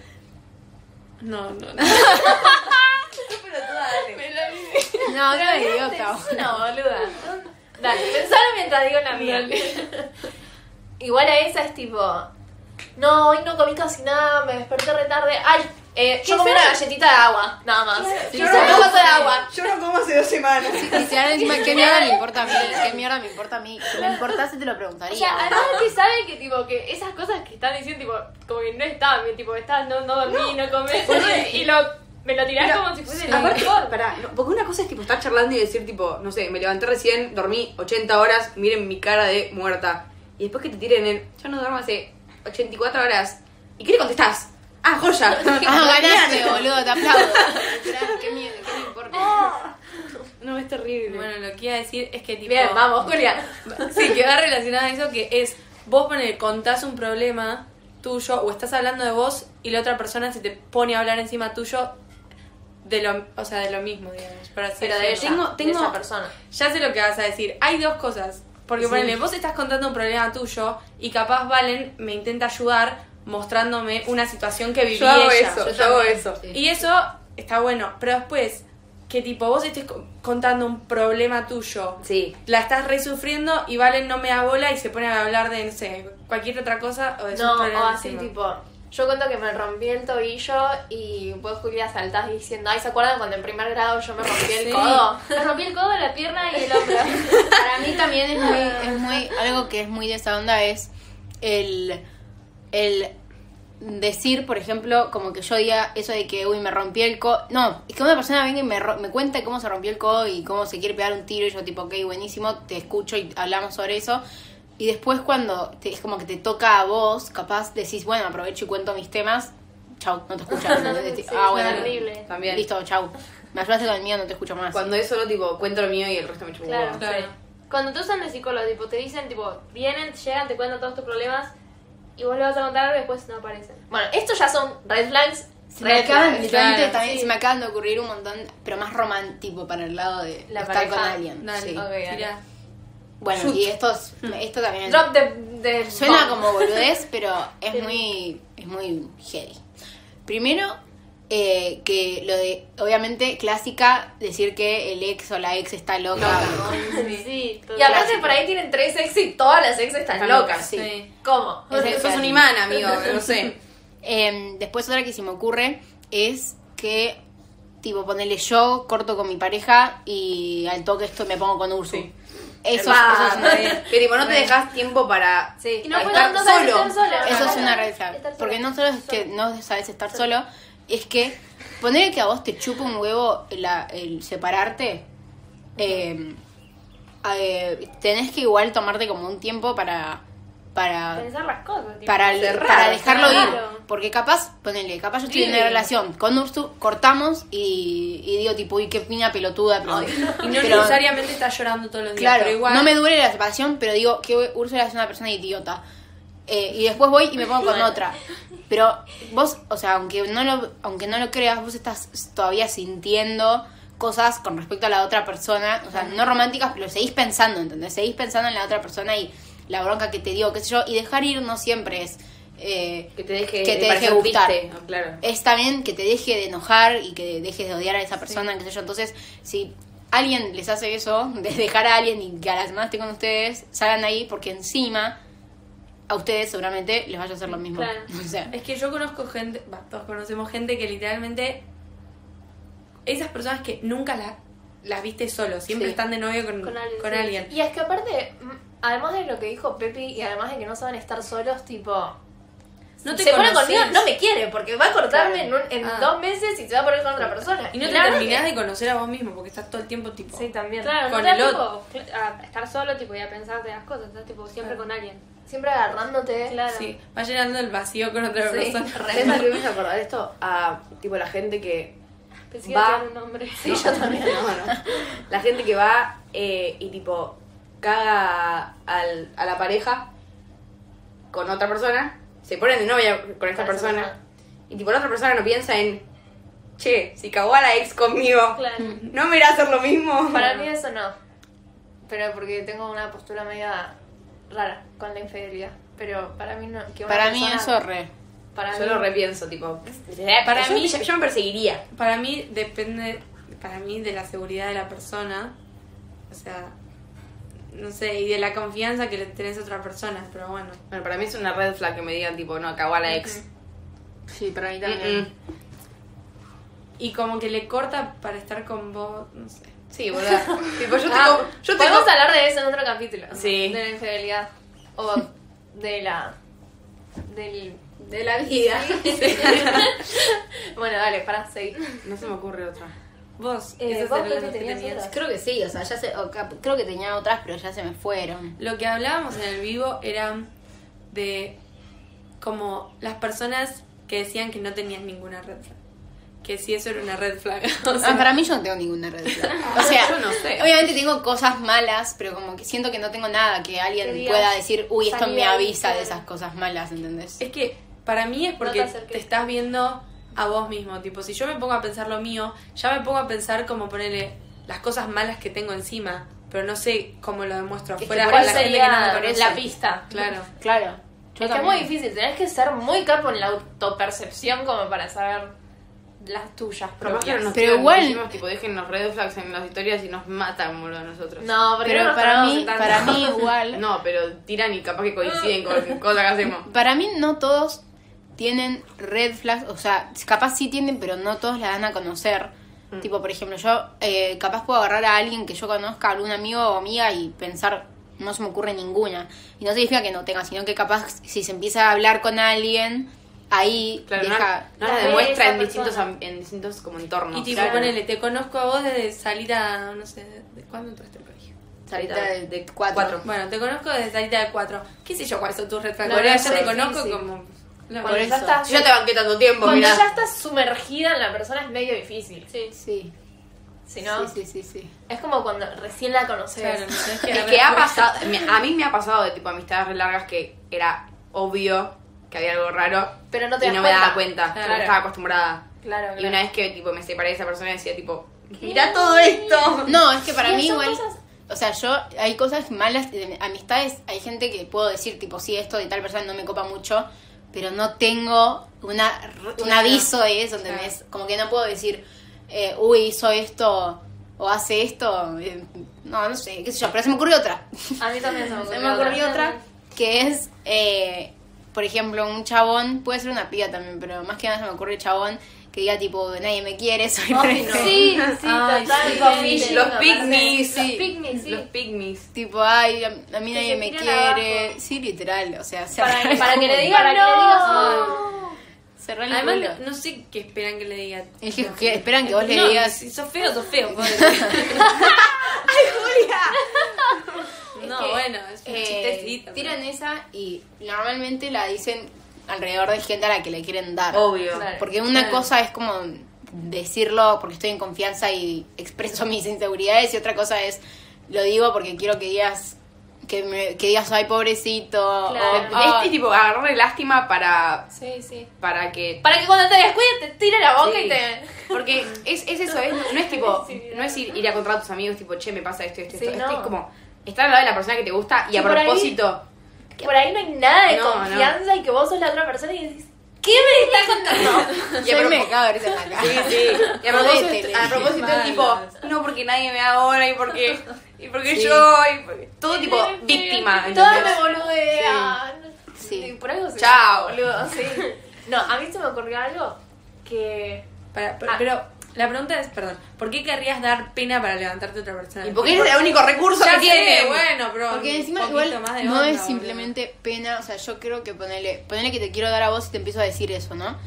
No, no, no.
No, no, idiota.
Es una boluda. Dale, pensalo mientras digo la mía. Igual a esa es tipo. No, hoy no comí casi nada, me desperté re tarde. Ay, eh, yo
¿Qué
comí
es
una
eso?
galletita de agua, nada más.
Sí,
yo
sí.
no un vaso de agua.
Yo no como hace dos semanas.
Y se dan encima, ¿qué mierda me importa a mí? ¿Qué mierda me importa a mí? Si me importase te lo
O
preguntaría.
sea, además que saben que tipo que esas cosas que están diciendo tipo como que no estaban bien, tipo estás no no dormí, no, comí y lo me lo tirás como si fuese el
Aparte,
mejor.
pará, no, porque una cosa es tipo estar charlando y decir tipo, no sé, me levanté recién, dormí 80 horas, miren mi cara de muerta. Y después que te tiren en, yo no duermo hace 84 horas. ¿Y qué le contestás? Ah, joya.
Ah, ganaste, boludo, te aplaudo. ¿Qué me, qué me importa?
No, es terrible.
Bueno, lo que iba a decir es que tipo...
Bien, vamos, Julia.
Sí, que va relacionado a eso que es vos poner, contás un problema tuyo o estás hablando de vos y la otra persona se te pone a hablar encima tuyo de lo, o sea, de lo mismo, digamos, por así
Pero de
decirlo.
ella,
Tengo-
de
tengo-
esa persona.
Ya sé lo que vas a decir. Hay dos cosas. Porque,
Sí.
ponele, vos estás contando un problema tuyo y capaz Valen me intenta ayudar mostrándome una situación que viví
yo hago
ella.
eso, yo, hago eso.
Y eso está bueno. Pero después, que tipo, vos estés co- contando un problema tuyo
Sí.
la estás resufriendo y Valen no me da bola y se pone a hablar de, no sé, cualquier otra cosa o de sus
No, o
problemas
así
encima.
tipo, yo cuento que me rompí el tobillo y vos Julia saltás diciendo, ay, ¿se acuerdan cuando en primer grado yo me rompí el
Sí.
codo? Me rompí el codo, la pierna y el hombro.
Para mí también es
Ah.
muy, es muy, algo que es muy de esa onda es el, el decir, por ejemplo, como que yo diga eso de que, uy, me rompí el codo. No, es que una persona venga y me, ro- me cuenta cómo se rompió el codo y cómo se quiere pegar un tiro y yo tipo, ok, buenísimo, te escucho y hablamos sobre eso. Y después cuando te- es como que te toca a vos, capaz decís, bueno, aprovecho y cuento mis temas. Chau, no te escuchas.
Sí,
ah,
es
bueno.
horrible.
También.
Listo, chau. Me ayudaste con el mío, no te escucho más.
Cuando es solo tipo, cuento lo mío y el resto me chupo. un
Claro,
huevo.
Claro.
sí. Cuando te usan de psicólogo, tipo, te dicen, tipo, vienen, llegan, te cuentan todos tus problemas y vos le vas a contar algo y después no aparecen. Bueno, estos ya son red flags.
Se me acaban,
flags.
literalmente
claro,
también
sí.
se me acaban de ocurrir un montón, pero más romántico para el lado de
La
estar
pareja.
con alguien.
Dale, ok,
sí.
dale.
Tirá.
Bueno, y esto, es- esto también
Drop de... de
suena
bomb.
como boludez, pero
Sí.
es muy, es muy heavy. Primero, eh, que lo de, obviamente, clásica, decir que el ex o la ex está loca.
Sí, y aparte por ahí tienen tres ex y todas las ex están
Están
locas.
locas.
Sí.
Sí.
¿Cómo?
Es el-
Sos un imán, amigo, no sé.
Em, después otra que se me ocurre es que tipo, ponele yo, corto con mi pareja y al toque esto me pongo con Ursu.
Sí.
Eso,
Ah,
eso es una red.
que tipo, no te dejas tiempo para
Y no,
para
puedo- no sabes estar solo.
Eso es una red
red
flag. Porque no solo es que no sabes estar solo, es que poner que a vos te chupa un huevo la- el separarte, eh, eh, tenés que igual tomarte como un tiempo para para
Pensar las cosas. tipo,
para,
cerrar,
para dejarlo
claro.
ir. Porque capaz, ponele, capaz yo estoy en
Sí.
una relación con Ursu, cortamos y, y digo tipo, uy, qué piña pelotuda. Pero,
Y no
pero-
necesariamente estás llorando todos los días,
Claro,
pero igual.
no me duele la separación, pero digo que Úrsula es una persona idiota. Eh, y después voy y me pongo con otra. Pero vos, o sea, aunque no lo, aunque no lo creas, vos estás todavía sintiendo cosas con respecto a la otra persona, o sea, no románticas, pero seguís pensando, ¿entendés? Seguís pensando en la otra persona y la bronca que te dio, qué sé yo, y dejar ir no siempre es... eh,
que te deje,
Que te
para
deje
ser
gustar.
triste, ah, claro.
es también que te deje de enojar y que dejes de odiar a esa persona, qué sé yo. Entonces, si alguien les hace eso, de dejar a alguien y que a las demás estén con ustedes, salgan de ahí porque encima a ustedes seguramente les vaya a hacer lo mismo.
Claro.
O sea,
Es que yo conozco gente, va, todos conocemos gente que literalmente esas personas que nunca las las viste solo, siempre
Sí.
están de novio con,
Con alguien.
con
sí.
alguien.
Y es que aparte, mm, además de lo que dijo Pepi y además de que no saben estar solos, tipo.
No te
se pone
conoces.
conmigo, no me quiere, porque va a cortarme en, un- en
Ah.
dos meses y se va a poner con otra persona.
Y no te
la verdad
terminás
que-
de conocer a vos mismo porque estás todo el tiempo tipo.
Sí, también. Claro,
Con
no te
el
da tiempo a estar solo tipo, y a pensarte las cosas, estás tipo siempre
Claro.
con alguien. Siempre agarrándote. Claro.
Sí, va llenando el vacío con otra
Sí.
persona.
¿Sabes a qué me hizo acordar esto? A tipo la gente que
Pensé que
Va.
tenía un nombre. Sí,
No,
yo también.
No, no. La gente que va eh, y tipo caga al- a la pareja con otra persona, se ponen de novia con esta
Con Ah, esa
persona.
persona.
Y tipo la otra persona no piensa en, che, si cagó a la ex conmigo,
Claro.
¿no me irá a hacer lo mismo?
Para mí eso no. Pero porque tengo una postura media rara con la infidelidad. Pero para mí no. que una
para mí
persona-
eso re.
Para
Yo
mí, Eh,
lo repienso, tipo,
Para
yo,
mí-
yo- yo me perseguiría.
Para mí depende, para mí de la seguridad de la persona, o sea, no sé, y de la confianza que le tenés a otra persona, pero bueno.
Bueno, para mí es una red flag que me digan, tipo, no, cagó a la ex.
Sí, para mí
Mm-mm.
Y como que le corta para estar con vos, no sé.
Sí, verdad. tipo, yo tengo...
Ah,
yo tengo...
Podemos hablar de eso en otro capítulo.
Sí.
De la infidelidad. O de la. del.
De la vida.
Bueno, dale, para seguir.
No se me ocurre otra.
Vos,
Eh,
esas
vos,
eran
Pepe,
las que
tenías
tenías.
otra.
Creo que sí, o sea, ya sé, o cap- creo que tenía otras, pero ya se me fueron.
Lo que hablábamos en el vivo era de como las personas que decían que no tenían ninguna red flag. Que sí, eso era una red flag. O sea,
Ah, para mí yo no tengo ninguna red flag. O sea,
Yo no sé.
obviamente tengo cosas malas, pero como que siento que no tengo nada que alguien
Que digas,
pueda decir, uy, esto
salí
me
de ahí,
avisa de
claro.
esas cosas malas, ¿entendés?
Es que para mí es porque
No te
te,
acerques.
estás viendo a vos mismo. Tipo, si yo me pongo a pensar lo mío, ya me pongo a pensar como ponerle las cosas malas que tengo encima. Pero no sé cómo lo demuestro
que
afuera.
por
a
¿Cuál
la
eso
gente
sería
que no me conoce.
la pista?
Claro.
Claro.
Es que es muy difícil, tenés que ser muy capo en la autopercepción como para saber las tuyas
Pero,
propias.
nos
Pero
tiran,
igual-
dijimos, tipo, dejen los red flags en las historias y nos matan, boludo, nosotros.
No, porque no
Pero
nos
para
tardamos
mí,
en tanto.
para mí igual.
No, pero tiran y capaz que coinciden con cosas que hacemos.
Para mí no todos tienen red flags, o sea, capaz sí tienen, pero no todos la dan a conocer.
Mm.
Tipo, por ejemplo, yo eh, capaz puedo agarrar a alguien que yo conozca, algún amigo o amiga, y pensar, no se me ocurre ninguna. Y no significa que no tenga, sino que capaz si se empieza a hablar con alguien, ahí
Claro, no-
deja...
no,
La
las
ve
demuestra
eh, esa
en distintos,
persona.
am- en distintos como entornos.
Y tipo, ponele, te conozco a vos desde salida, no sé, ¿de cuándo entraste al colegio?
Salita
de- de cuatro.
Bueno, te conozco desde salida de cuatro. ¿Qué sé yo cuáles son tus red flags?
No,
Boluda,
no,
ya
sí,
te
sí,
conozco
sí.
como... No,
Cuando
por
ya
eso.
estás,
Yo te banqué tanto tiempo,
cuando
mirá.
ya estás sumergida en la persona es medio difícil. Sí.
Sí,
Si no,
sí, sí, sí, sí.
es como cuando recién la conoces.
Claro, no sé, es que
Es que ha pasado, me- a mí me ha pasado de tipo amistades re largas que era obvio que había algo raro
Pero no te
y
das
no me
cuenta.
daba cuenta, yo
Claro.
no estaba acostumbrada.
Claro,
Y
claro.
una vez que tipo me separé de esa persona decía tipo, mirá todo esto.
No, es que para
Sí,
mí
son
igual.
cosas-
O sea, yo hay cosas malas de amistades. Hay gente que puedo decir, tipo, sí, esto de tal persona no me copa mucho, pero no tengo una, un aviso de eso, ¿entendés? Como que no puedo decir, eh, uy, hizo esto o hace esto. eh, no, no sé, qué sé yo, pero se me ocurrió otra.
A mí también se me
Se
ocurrió,
me ocurrió otra que es, eh, por ejemplo, un chabón, puede ser una piba también, pero más que nada se me ocurre chabón que diga tipo, nadie me quiere, soy
Ay,
preso.
no.
Sí, sí,
Ay,
totalmente.
sí. Los
Me parece.
picnics, sí.
Los picnics, sí.
Los pigmies.
Tipo, ay, a, a mí
Que
nadie
se
me
tiran
quiere.
abajo.
Sí, literal, o sea, cerrar
Para, para que le digan
Para que le digas,
no.
Cerrar el
Además,
culo.
no- no sé qué esperan que le diga.
Es que- que esperan que vos le
No,
digas.
Si sos feo, sos feo. pobre. No,
que,
bueno, es un
eh,
chistecito.
Tiran esa y normalmente la dicen alrededor de gente a la que le quieren dar.
Obvio.
Claro.
Porque una
Claro.
cosa es como decirlo porque estoy en confianza y expreso mis inseguridades y otra cosa es lo digo porque quiero que digas que, me- que digas ay pobrecito
Claro.
o, "Ah,
Este tipo agarrarle lástima para,
Sí, sí.
para que.
Para que cuando te descuides te tire la boca
Sí.
y te.
Porque es, es eso, es, no es tipo.
Sí,
No es ir, ir a contar a tus amigos, tipo, che, me pasa esto, esto,
Sí,
esto. Este
no.
es como estar al lado de la persona que te gusta y
Y
a
por ahí-
propósito.
Que por ahí no hay nada de
No, no.
confianza y que vos sos la otra persona y decís, ¿qué me estás contando?
y a
yo
propo-
me cago de risa en la cara.
Sí, sí. Y a propósito,
Jodete,
a propósito
Malos.
tipo, no porque nadie me da ahora y porque, y porque
Sí.
yo, y porque- todo tipo víctima.
Todas me
¿entendés?
boludean.
Sí.
Y Por algo se-
Chao.
boludo, sí. No, a mí se me ocurrió algo que.
Para- pero,
Ah.
pero la pregunta es, perdón, ¿por qué querrías dar pena para levantarte a otra persona?
Y porque es el único recurso
ya
que tiene.
sé, bueno, pero
Porque
un
encima
poquito
igual
más de
no
onda,
es
boludo.
simplemente pena, o sea, yo creo que ponele, ponele que te quiero dar a vos y te empiezo a decir eso, ¿no?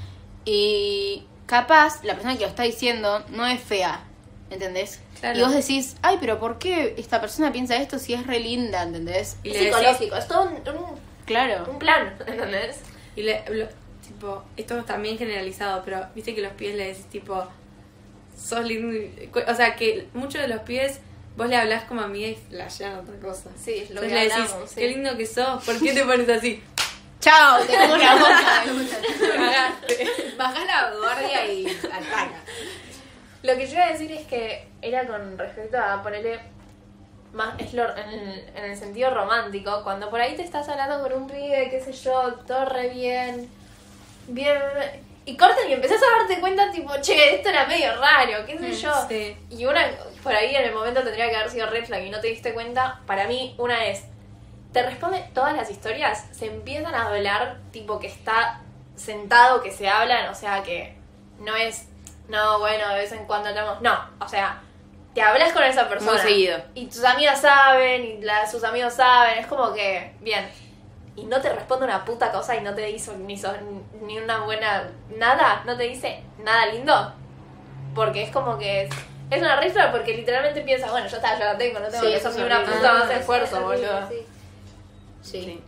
Y capaz la persona que lo está diciendo no es fea, ¿entendés?
Claro.
Y vos decís, ay, pero ¿por qué esta persona piensa esto si es re linda, ¿entendés?
Y
Es
le decís-
psicológico, es todo un, un,
Claro.
un plan, ¿entendés?
Y le, lo- tipo, esto es también generalizado, pero viste que los pibes le decís tipo, sos lindo. y- cu- O sea, que muchos de los pibes vos le hablás como amiga y flashean otra cosa.
Sí, es lo
Entonces
que
le decís,
hablamos, sí.
qué lindo que sos, ¿por qué te pones así?
Chao, te como la boca.
Bajás la guardia y ataca.
Lo que yo iba a decir es que era con respecto a ponerle más es lo- en, el, en el sentido romántico, cuando por ahí te estás hablando con un pibe, qué sé yo, todo re bien, bien, y cortan y empezás a darte cuenta tipo, che, esto era medio raro, qué sé yo.
Sí.
Y una, por ahí en el momento tendría que haber sido red flag y no te diste cuenta, para mí una es, te responde todas las historias, se empiezan a hablar tipo que está sentado, que se hablan, o sea que no es, no, bueno, de vez en cuando hablamos, no, o sea, te hablas con esa persona.
Muy seguido.
Y tus amigas saben, y la- sus amigos saben, es como que, bien. Y no te responde una puta cosa y no te hizo ni, so- ni una buena nada, no te dice nada lindo. Porque es como que es, es una rifla porque literalmente piensas, bueno, ya está, yo la tengo, no tengo
Sí,
que
eso
hacer
es
ni una
horrible.
puta
Ah,
más de esfuerzo, boludo.
Sí.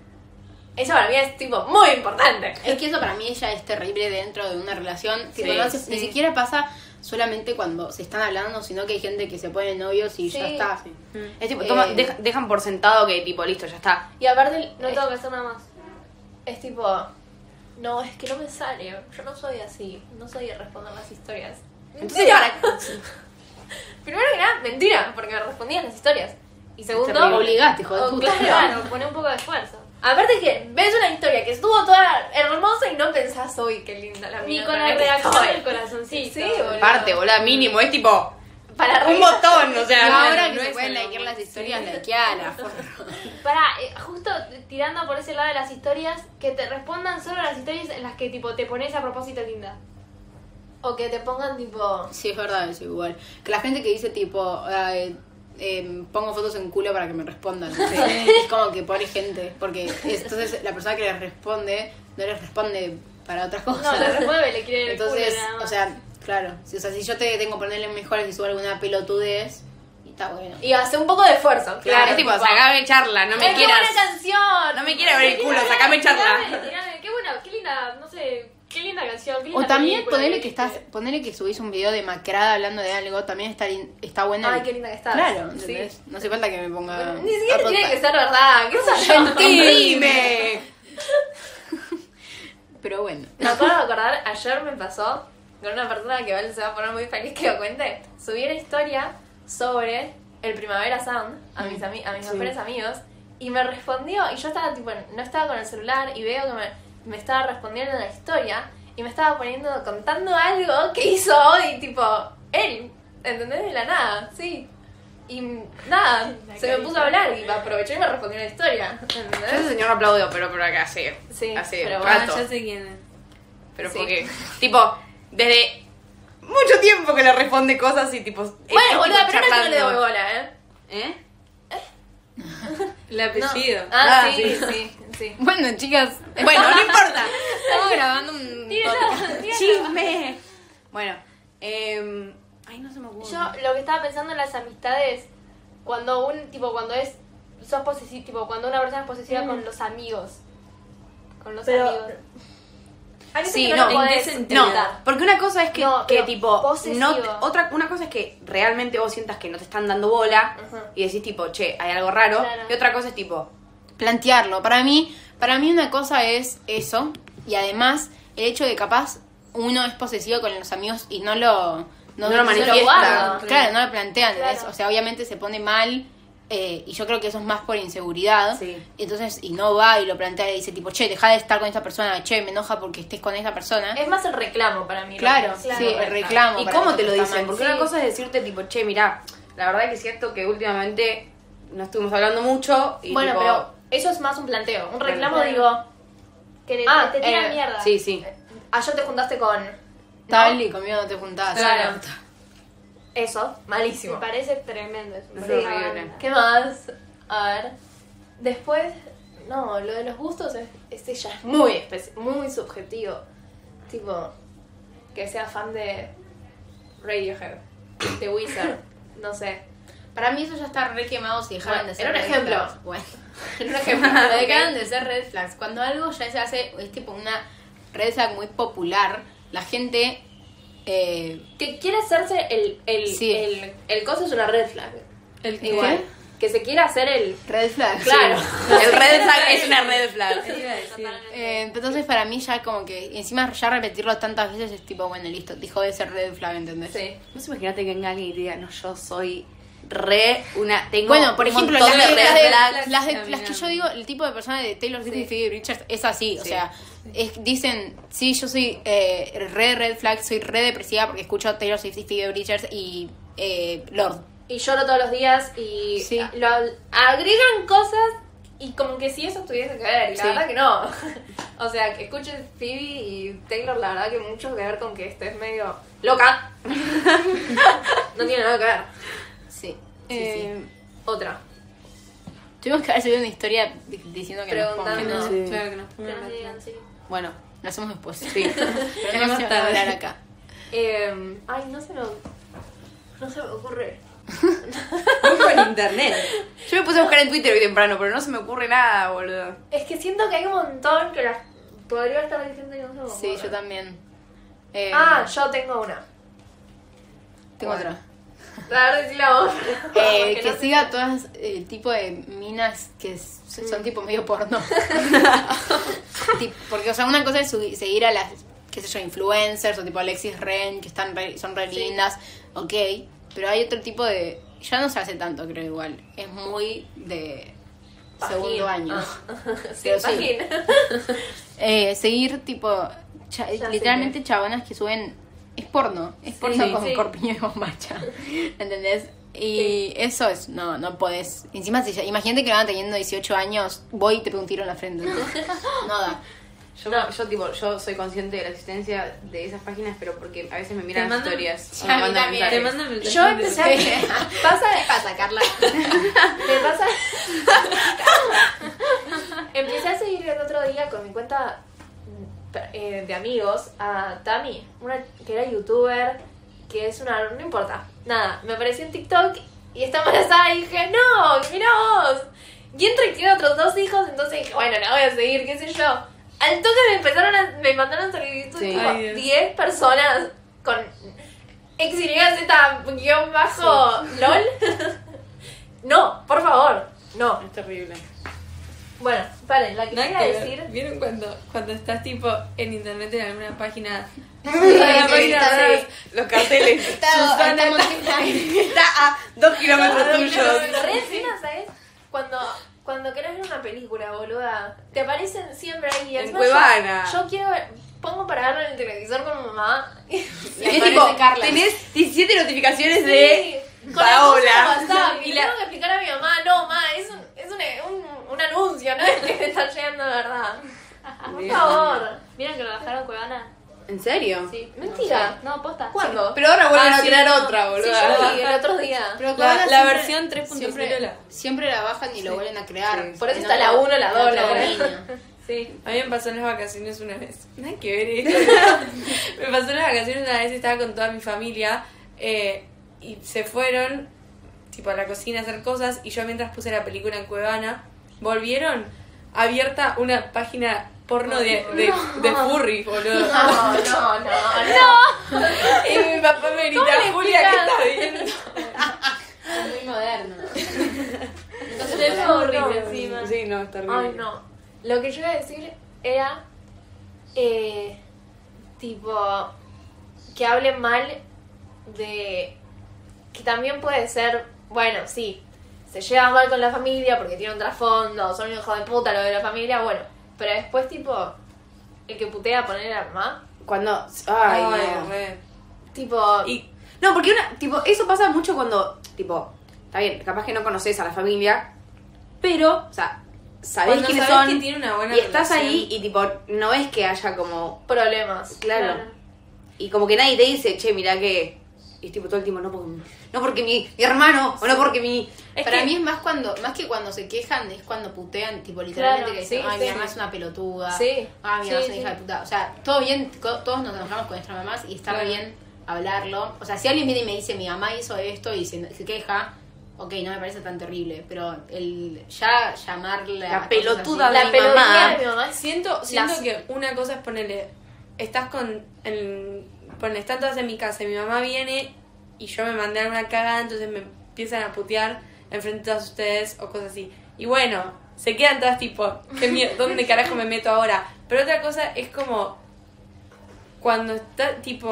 Eso para mí es tipo muy importante.
Es que eso para mí ya es terrible dentro de una relación. Tipo,
Sí,
no se- Ni
sí.
siquiera pasa solamente cuando se están hablando, sino que hay gente que se pone novios y ya
Sí.
está.
Es tipo,
Eh,
toma- deja- dejan por sentado que tipo, listo, ya está.
Y aparte,
Eh.
no tengo que hacer nada más. Es tipo, no, es que no me sale. Yo no soy así. No soy de responder las historias.
Entonces,
Mentira. Primero que nada, mentira, porque me respondías las historias. Y
Te
segundo,
obligaste, hijo de
oh,
puta.
claro, pone un poco de esfuerzo. Aparte que ves una historia que estuvo toda hermosa y no pensás, uy, qué linda la
Ni
mina
con
la
la
que
redacción
estoy".
del corazoncito.
Sí, boludo.
Parte, boludo, mínimo. Es tipo,
Para
un
revisar-
botón, o sea.
Y ahora
no
que se
es
pueden
algo.
likear las historias, likeala. por favor.
Para, eh, justo tirando por ese lado de las historias, que te respondan solo las historias en las que tipo te pones a propósito linda.
O que te pongan tipo...
Sí, es verdad, es igual. Que la gente que dice tipo, ay, eh, pongo fotos en culo para que me respondan. no sé. Es como que pobre gente, porque es- entonces la persona que les responde no les responde para otras
No,
cosas.
le remueve, le quiere el
entonces,
culo nada más.
o sea, claro, si, o sea, si yo te tengo que ponerle mejores y subo alguna pelotudez, y está bueno.
Y hace un poco de esfuerzo.
Claro, es tipo, sacame charla, no me
¡Ay, qué buena
quieras.
canción!
No me quieras ver el culo, sacame
Tirame,
charla.
tirame. Qué buena, qué linda, no sé, qué linda canción. Qué linda
O también
película
ponerle que
viste.
estás, ponerle que subís un video de macrada hablando de algo, también está, lin- está bueno.
Ay, qué linda que estás.
Claro,
Sí.
¿entendés? No hace falta que me ponga.
Ni
a
siquiera tiene
contar.
que ser verdad. ¿Qué sé yo?
¡Dime!
Pero bueno.
Me acabo de acordar, ayer me pasó con una persona que vale, se va a poner muy feliz que lo cuente. Subí una historia sobre el Primavera Sound a mis, ami- a mis mejores amigos y me respondió. Y yo estaba tipo, no estaba con el celular y veo que me, me estaba respondiendo en la historia y me estaba poniendo, contando algo que hizo hoy, tipo, él, ¿entendés? De la nada, sí. Y nada, se me puso a hablar y aprovechó y me respondió la historia,
Yo a ese
¿entendés?
señor lo aplaudo, pero por acá hace.
Sí,
hace
pero
un
bueno,
Ah,
rato.
ya sé quién es.
Pero
Sí.
porque, tipo, desde mucho tiempo que le responde cosas y tipo.
Bueno, boluda, pero no es que no le doy bola, ¿eh?
¿Eh?
El apellido.
Ah,
Ah,
sí, sí, sí.
Bueno, chicas,
Bueno, no importa.
estamos grabando un.
Tírala, tírala.
Chisme. Bueno, eh, ay, no se me ocurre.
Yo lo que estaba pensando en las amistades, cuando un tipo, cuando es, sos posesivo, tipo, cuando una persona es posesiva con los amigos. Con los
Mm. Pero-
amigos. Hay veces
Sí,
que
no,
lo
¿en
podés
qué sentido?
No,
evitar.
porque una cosa es que,
No,
que
pero
tipo,
posesivo.
no te- otra, una cosa es que realmente vos sientas que no te están dando bola
Ujú.
y decís tipo, che, hay algo raro.
Claro.
Y otra cosa es tipo,
plantearlo. Para mí, para mí una cosa es eso y además el hecho de que capaz uno es posesivo con los amigos y no lo
No lo manifiesta.
guarda. claro, no lo plantean,
Claro.
¿entendés? o sea, obviamente se pone mal eh, y yo creo que eso es más por inseguridad.
Sí.
Entonces, y no va y lo plantea y dice tipo, "Che, deja de estar con esta persona, che, me enoja porque estés con esta persona."
Es más el reclamo para mí.
claro,
¿no?
sí, el reclamo.
¿y
para
cómo
mí
te lo
está
dicen?
mal.
Porque una cosa es decirte tipo, che, mirá, la verdad que siento que últimamente no estuvimos hablando mucho y
Bueno,
tipo,
pero eso es más un planteo. Un reclamo,
Claro.
digo,
Que le-
Ah,
te tiran
eh,
mierda.
Sí, sí.
ayer "Ah, te juntaste con.
Tal y conmigo no te juntás.
Claro. Eso,
Me
malísimo.
parece tremendo. Es,
Es
una
horrible.
banda.
¿Qué más? A ver. Después, no, lo de los gustos es, este ya es muy especi- muy subjetivo. Tipo, que sea fan de Radiohead, de Wizard, no sé.
Para mí eso ya está re quemado si dejaran
Bueno,
de ser
era un
red
ejemplo.
flags. Bueno, era un ejemplo. Pero dejaran de ser red flags. Cuando algo ya se hace, es tipo una red flag muy popular, la gente... eh,
Que quiere hacerse el. El,
Sí.
el, el coso es una red flag.
El que-
Igual. Que se quiera hacer el.
red flags.
Claro.
el red flag es una red flag.
¿Qué iba a decir?
Eh, entonces para mí ya como que... y Encima ya repetirlo tantas veces es tipo, bueno, listo, dijo de ser red flag, ¿entendés?
Sí.
Vos imaginate que venga alguien y te diga, no, yo soy re una, tengo
Bueno, por
un
ejemplo, las,
montón
de,
de red
las de-
flags.
las de- las que yo digo, el tipo de persona de Taylor Swift y Phoebe Richards es así. O
Sí.
sea, es- dicen, sí, yo soy eh, re red flag, soy re depresiva porque escucho Taylor Swift y Phoebe Richards y eh, Lord.
Y lloro todos los días y.
Sí.
Lo, agregan cosas y como que si eso tuviese que ver. Y la
Sí.
verdad que no. o sea, que escuches Phoebe y Taylor, la verdad que mucho que ver con que estés medio. loca. no tiene nada que ver.
Sí. sí, sí.
Eh,
Otra.
Tuvimos que haber subido una historia di- diciendo que nos
Preguntando.
pongan.
no,
Sí.
Claro que no.
Que nos digan, sí.
Bueno,
Lo hacemos después.
sí.
Pero no
más
se va a
tarde.
hablar acá.
Eh, ay, no se me. No se me ocurre.
Busco en internet.
Yo me puse a buscar en Twitter hoy temprano, pero no se me ocurre nada, boludo.
Es que siento que hay un montón que las podría estar diciendo y no se me ocurre.
Sí, yo también. Eh,
Ah, yo tengo una.
tengo
bueno.
otra.
A ver, decila vos.
Eh,
Porque
que
no sé.
siga todas el tipo de minas que s-
Mm.
son tipo medio porno. Tip- Porque, o sea, una cosa es su- seguir a las, qué sé yo, influencers o tipo Alexis Ren, que están re- son re lindas, ok. Pero hay otro tipo de. Ya no se hace tanto, creo, igual. Es muy de
Pajín.
segundo año.
Ah. Sí,
Pero sí.
página.
Eh, seguir tipo. cha-
Ya sé
literalmente chabonas que suben. Es porno. Es porno con
sí.
corpiño y bombacha. ¿Entendés? Y eso es. No, no podés. Encima, si ya- imagínate que van teniendo 18 años. Voy y te pego un tiro en la frente. ¿entendés? No da.
Yo, yo, tipo, yo soy consciente de la existencia de esas páginas, pero porque a veces me miran
Te
las
mandan-
historias.
a mí
mandan
también.
mensajes.
Te mandan el
Yo empecé a. Pasa,
pasa, Carla?
me pasa. empecé a seguir el otro día con mi cuenta eh, de amigos a Tami, una que era youtuber, que es una. No importa, nada. Me apareció en TikTok y está embarazada y dije, no, mira vos. Y entre que tiene otros dos hijos, entonces dije, bueno, la voy a seguir, qué sé yo. Al toque me empezaron a, me mandaron solicitud
Sí.
tipo
Ay, Dios.
10 personas con ex Y, Z guión bajo LOL. no, por favor, no.
Es terrible.
Bueno, paren, la que
Nada
quería
que ver.
decir.
¿Vieron cuando, cuando estás tipo en internet en alguna página?
La
página
página los carteles.
Susana
Está a dos kilómetros tuyos.
Re encima, ¿sabes? Cuando, cuando querés ver una película, boluda, te aparecen siempre ahí. y
En
encima
Cuevana.
Yo, yo quiero ver, pongo para verlo en el televisor con mi mamá.
Y es tipo, tenés 17 notificaciones de
Sí, con la cosa
Paola.
de WhatsApp, Y le tengo que explicar a mi mamá, no, ma, es un, es un, un, un anuncio, no es que me está llegando de verdad. Por favor.
¿Vieron que lo bajaron Cuevana?
¿En serio?
Sí.
Mentira.
No, posta.
¿Cuándo?
Pero ahora vuelven
Ah,
a
sí,
tirar
no.
otra,
Sí,
boludo.
yo vi el otro día.
Pero
La-
Koala
la
siempre-
versión 3.0
siempre-
la-
Siempre la bajan y lo vuelven a crear.
Por eso
En
está
otra-
la uno, la
en
dos,
otra
la tres.
línea.
Sí.
A mí me pasó en las vacaciones una vez. Nada que ver esto. me pasó en las vacaciones una vez, estaba con toda mi familia eh, y se fueron, tipo, a la cocina a hacer cosas y yo mientras puse la película en Cuevana, volvieron abierta una página porno de, de, de furry, boludo.
No, no, no, no.
Y mi papá me grita,
¿Cómo le
Julia, ¿qué
explicas?
estás viendo?
Es muy moderno.
Entonces le furries encima.
Sí, no, está horrible.
Ay, no. Lo que yo iba a decir era. eh, tipo. Que hablen mal de. Que también puede ser. Bueno, sí. Se llevan mal con la familia porque tienen un trasfondo, son un hijo de puta lo de la familia, bueno. Pero después, tipo. El que putea a poner a la mamá.
Cuando. Ay, no.
re.
Tipo.
Y- no, porque una, tipo, eso pasa mucho cuando, tipo, está bien, capaz que no conoces a la familia, pero, o sea, sabés
Cuando
quiénes
sabés
son
que tiene una buena
y estás
relación.
ahí y tipo, no es que haya como,
problemas.
claro, y como que nadie te dice, che, mirá que, y es tipo todo el tiempo, no porque, no porque mi, mi hermano, o no porque mi,
Para mí es más cuando, más que cuando se quejan, es cuando putean, tipo literalmente
Claro,
que dicen,
sí,
ay,
sí.
mi mamá es una pelotuda,
Sí,
ay, mi mamá es
sí,
una
sí.
hija de puta. O sea, todo bien, co- todos nos enojamos con nuestras mamás y está
Claro.
bien hablarlo. O sea, si alguien viene y me dice, mi mamá hizo esto y se, se queja, ok, no me parece tan terrible, pero el ya llamarla...
La pelotuda
La
mi
peluquería
mamá.
de mi mamá es
Siento, siento
Las-
que una cosa es ponerle, estás con, en, ponele, están todas en mi casa y mi mamá viene y yo me mandé a una cagada, entonces me empiezan a putear enfrente de todas ustedes o cosas así. Y bueno, se quedan todas tipo, ¿qué mier- ¿dónde carajo me meto ahora? Pero otra cosa es como, cuando está tipo,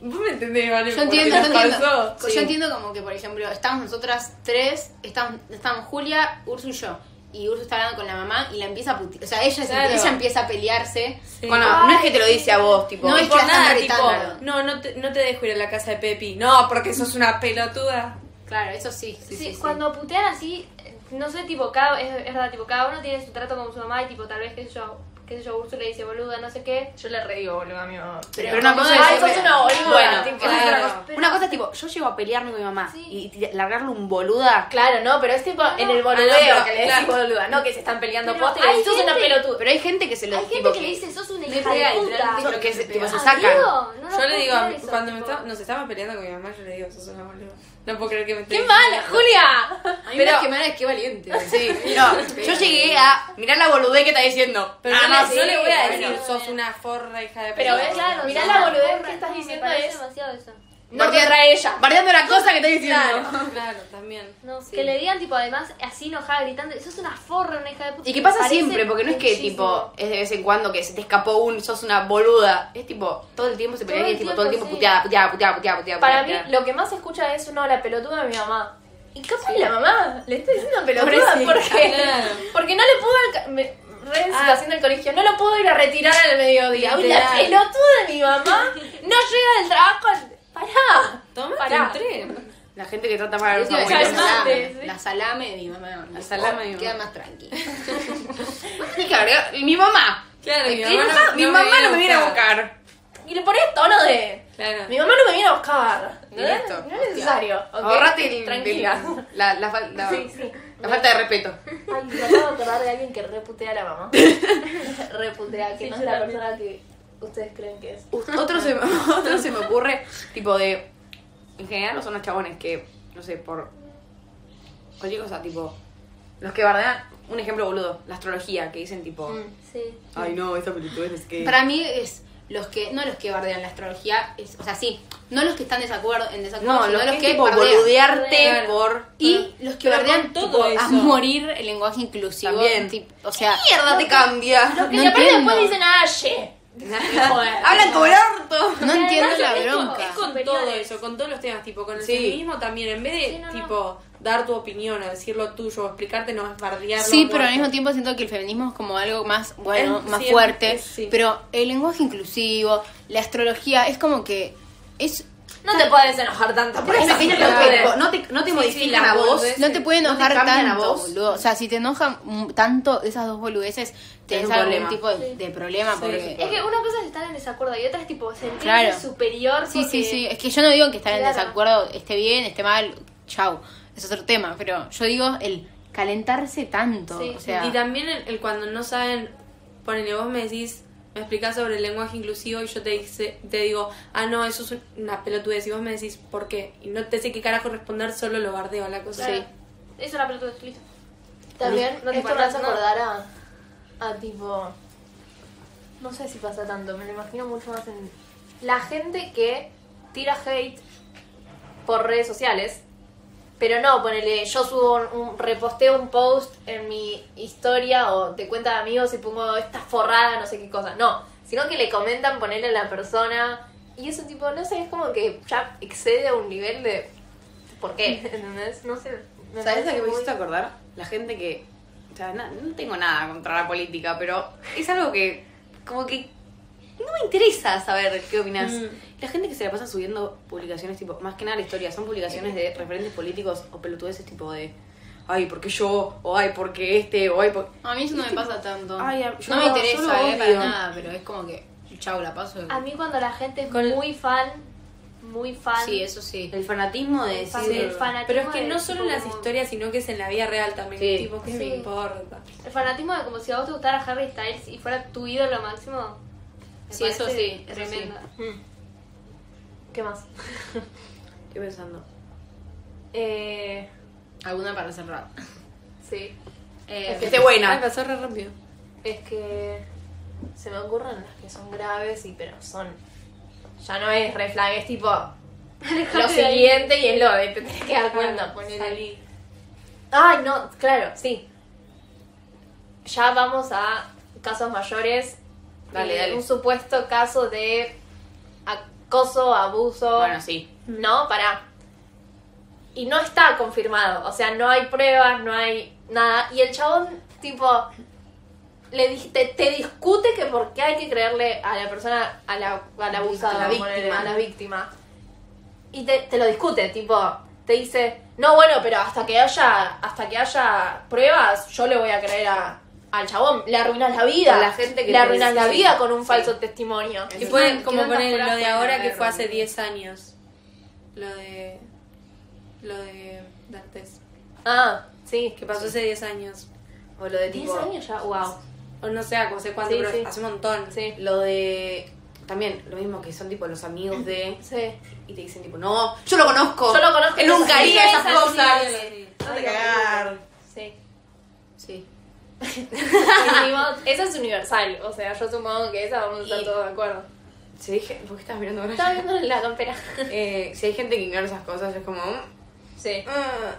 vos me entendés, ¿vale?
Yo
Por lo que
entiendo, yo
nos
entiendo.
pasó.
Yo entiendo como que, por ejemplo, estamos nosotras tres, estamos, estamos Julia, Ursu y yo. Y Ursu está hablando con la mamá y la empieza a putear. O sea, ella, se-
Claro.
ella empieza a pelearse.
Sí.
bueno, no es que te lo dice a vos, tipo,
No
No
es
es por
que la están
nada, tipo,
gritando.
no, no te, no te dejo ir a la casa de Pepi. No, porque sos una pelotuda.
Claro, eso sí. Sí,
Sí,
sí, sí.
cuando putean así, eh, no sé, tipo, cada, es, es verdad, tipo, cada uno tiene su trato con su mamá y, tipo, tal vez, qué sé yo, qué sé yo, Urso le dice boluda, no sé qué.
Yo le redigo, boludo, a mi mamá.
Pero,
Pero una cosa
Ay,
es-
sos una boluda.
Bueno,
tipo,
eso es
ah,
otra
no.
cosa. Una cosa es tipo, yo llego a pelearme con mi mamá
Sí.
y, y largarle un boluda.
Claro, no, pero es tipo en el boludeo
Ah, no, pero
que le decís
claro.
boluda, no que se están peleando
Pero
posta y le decís,
hay
sos una
gente-
pelotuda.
Pero hay gente que se lo
Hay gente
tipo,
que le dice, sos una
Le
hija
pega
de puta.
literalmente.
que se, tipo, se
Ah,
sacan.
Diego, no,
yo le
no puedo
digo, a
creer
mi-
eso,
cuando me
tipo.
está- nos estábamos peleando con mi mamá, yo le digo, sos una boluda. No puedo creer que me estés
¡Qué mala, Julia!
A mí
Pero-
más que mala es que valiente.
Sí, no, yo llegué a mirar la boludez que está diciendo.
Pero
Ah,
no,
no,
le- no le voy a decir,
bueno.
sos una forra, hija de
Pero
puta.
ves, claro, mirá
sí,
la boludez
me
que estás diciendo
parece
es.
demasiado eso.
No
Porque-
contra ella.
Bardeando la cosa que está diciendo.
Claro, claro, también.
No, que le digan, tipo, además, así enojada, gritando, sos una forra, una hija de puta.
Y que pasa
Parece
siempre, porque no es que
muchísimo.
tipo, es de vez en cuando que se te escapó un, sos una boluda. Es tipo, todo el tiempo se pelean
Todo
y
el
es tipo, todo el
tiempo,
tiempo puteada,
sí.
puteada, puteada, puteada, puteada.
Para mí,
puteada.
lo que más se escucha es una la pelotuda de mi mamá. Y capaz la mamá le está diciendo pelotuda
Pobrecita.
porque,
Claro.
porque no le pudo. alca- Me, re en situación del colegio, no lo puedo ir a retirar al mediodía. Uy, la
Literal.
pelotuda de mi mamá no llega del trabajo. al- ¡Pará!
Toma,
Pará.
un tren.
La gente que trata mal a los
Yo iba a decir
abuelos.
la salame,
Calmate, sí.
¿eh? la salame de mi mamá.
La salame de mi
Queda
mamá.
más tranqui.
Y claro, mi mamá.
Claro, mi
Mi mamá, mi mamá no me viene a buscar.
Y le pones tono de.
Claro.
Mi mamá no me viene a buscar. No,
Y listo.
no es necesario. ¿ok?
Ahorrate el.
Tranquila.
el- La, la, fal- la-
Sí, sí.
la falta de respeto.
Ay, me acabo de acordar de alguien que reputea a la mamá. reputea, que no es la persona que ustedes creen que es.
Ust- Otro se, otro se me ocurre, tipo de. En general no son los chabones que, no sé, por. Cualquier cosa, tipo. Los que bardean. Un ejemplo boludo, la astrología, que dicen tipo.
Sí.
Ay no, esta película es no sé qué.
Para mí es los que, no los que bardean la astrología, es, o sea, sí, no los que están desacuerdo, en desacuerdo,
no,
sino
los, que, tipo,
bardean.
boludearte
Claro.
por.
Y los que
Pero
bardean
con todo
tipo, a
eso.
morir el lenguaje inclusivo.
También.
tip- o sea,
¡Mierda, te cambia!
Que
No
y aparte
entiendo.
después dicen, ah, ye. Joder.
¡Hablan como el orto!
no entiendo la
es como-
bronca.
Es con
Superiores.
todo eso, con todos los temas, tipo, con el
Sí.
feminismo también. En vez de,
Sí, no, no.
tipo, dar tu opinión, o decir lo tuyo, o explicarte, no es bardearlo.
Sí, pero al
muerto.
mismo tiempo siento que el feminismo es como algo más bueno,
Es-
más
sí, es-
fuerte.
es- sí.
Pero el lenguaje inclusivo, la astrología, es como que es
No te puedes enojar tanto por
Por
eso.
eso, pequeñas
claro.
cosas, no te, no
Sí,
te
sí,
modifican
las
a vos.
boludeces.
No te pueden
no te
enojar
cambian a
tanto,
vos.
boludo. O sea, si te enojan mm, tanto esas dos boludeces, tenés
un
algún
problema.
tipo de, de problema. Porque...
Es que una cosa es estar en desacuerdo y otra es tipo sentirse
Claro.
superior.
Sí, sí,
porque-
sí. Es que yo no digo que estar en
Claro.
desacuerdo esté bien, esté mal, chau. Es otro tema, pero yo digo el calentarse tanto.
Sí.
O sea,
Y también el, el cuando no saben, ponele vos me decís, me explicás sobre el lenguaje inclusivo y yo te, dice- te digo, ah, no, eso es una pelotudez. Y vos me decís, ¿por qué? Y no te sé qué carajo responder, solo lo bardeo a la cosa.
Claro. Es una pelota de listo.
También
no te
esto me
acordás,
hace
no.
acordar a, a tipo. No sé si pasa tanto, me lo imagino mucho más en. La gente que tira hate por redes sociales. Pero no, ponele, yo subo un, un- reposteo un post en mi historia o de cuenta de amigos y pongo esta forrada, no sé qué cosa. No, sino que le comentan ponerle a la persona. Y eso tipo, no sé, es como que ya excede a un nivel de. ¿Por qué? ¿Entendés? No sé. me
¿Sabes a
parece
qué me
muy-
hiciste acordar? La gente que. O sea, na- no tengo nada contra la política, pero es algo que. Como que. No me interesa saber qué opinas. La gente que se la pasa subiendo publicaciones, tipo. Más que nada la historia, son publicaciones de referentes políticos o pelotudeces, tipo de. Ay, ¿por qué yo? O ay, ¿por qué este? O ay, ¿por
a mí eso no me pasa tanto.
Ay, a- yo
no me
lo- yo
interesa,
lo
eh, para
odio.
nada, pero es como que chau, la paso.
A mí cuando la gente es
Con-
muy fan, muy fan.
Sí, eso sí.
El fanatismo de
El fan-
decir-
el fanatismo
Pero es que
de,
no solo en
tipo,
las historias, sino que es en la vida real también.
Sí.
Tipo, ¿qué
Sí.
me importa?
El fanatismo de como si a vos te gustara Harry Styles y fuera tu ídolo máximo. me
Sí, eso
parece
sí, eso
Tremendo.
¿Qué más?
Estoy pensando.
Eh,
Alguna para cerrar.
sí,
Eh,
Que esté buena.
Ay, pasó re rápido.
es que se me ocurren las que son graves y pero son... Ya no es red flag, es tipo lo
Alejate de ahí.
siguiente y es lo de te tenés que dar cuenta. Ponele.
Salí.
Ay, no, claro, sí. Ya vamos a casos mayores.
Dale,
Eh,
dale.
Un supuesto caso de acoso, abuso.
Bueno, sí.
No, para. Y no está confirmado. O sea, no hay pruebas, no hay nada. Y el chabón, tipo, le di- te, te discute que por qué hay que creerle a la persona, a la, a la abusada,
la víctima.
ponele, a la víctima. Y te, te lo discute, tipo, te dice, no, bueno, pero hasta que haya, hasta que haya pruebas, yo le voy a creer a, al chabón. Le arruinas la vida.
A la gente que
le
te
arruinas la
dice-
vida con un falso testimonio.
Y
Eso
pueden,
no,
como
quedan
poner
afuera
lo de
fuera
ahora
de
que fue
Roma.
hace 10 años. Lo de. Lo de Dantes.
Ah, sí.
Que pasó hace 10 años.
O lo de tipo.
10 años ya, wow.
O no sé, no sé cuánto,
Sí,
pero
sí.
hace un montón.
Sí.
Lo de. También, lo mismo que son tipo los amigos de.
Sí.
Y te dicen tipo, no, yo lo conozco.
Yo lo conozco.
Él nunca haría esas
Sí,
cosas.
sí, sí.
No te cagar.
Sí.
sí.
Y digo, Eso es universal. O sea, yo supongo que esa vamos a estar
Y-
todos de acuerdo.
Si dije, ¿por qué estás mirando ahora?
Estaba viendo la campera.
Eh, si hay gente que ignora esas cosas, es como. mm,
Sí.
ah.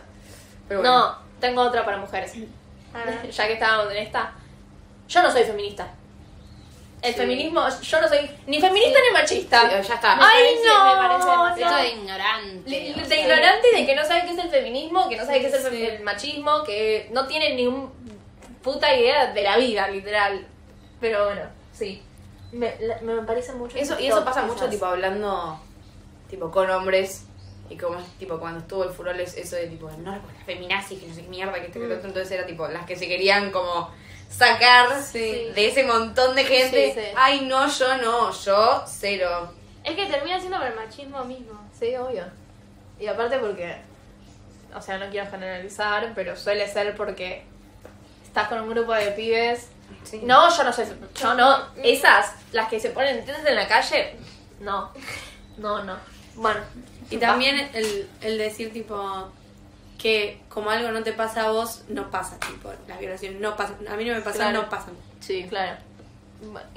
Pero bueno.
No, tengo otra para mujeres.
Ah.
Ya que estábamos en esta. Yo no soy feminista. El
Sí.
feminismo, yo no soy ni feminista ni machista.
Sí, ya está.
Ay, no,
me parece demasiado.
Esto
no.
de ignorante.
Le-
o
De
sea,
ignorante de que no sabe qué es el feminismo, que no sabe qué es el, fem- el machismo, que no tiene ni un puta idea de la vida, literal. Pero bueno, sí. Me, la- me parece mucho.
Eso, y eso pasa mucho, tipo, hablando tipo con hombres. Y como es, tipo, cuando estuvo el furor, es eso de tipo, no, pues las feminazis, que no sé qué mierda, que esto,
Mm.
que lo otro. Entonces era tipo, las que se querían como sacar
Sí.
de ese montón de gente.
Sí, sí.
Ay, no, yo no, yo cero.
Es que termina siendo por el machismo mismo.
Sí, obvio. Y aparte porque. O sea, no quiero generalizar, pero suele ser porque estás con un grupo de pibes. No, yo no soy. Yo no. Esas, las que se ponen tetas en la calle, no. No, no. Bueno.
Y también el, el decir, tipo, que como algo no te pasa a vos, no pasa. Tipo, la violación no pasa. A mí no me pasa,
Claro.
no pasa.
Sí.
Claro.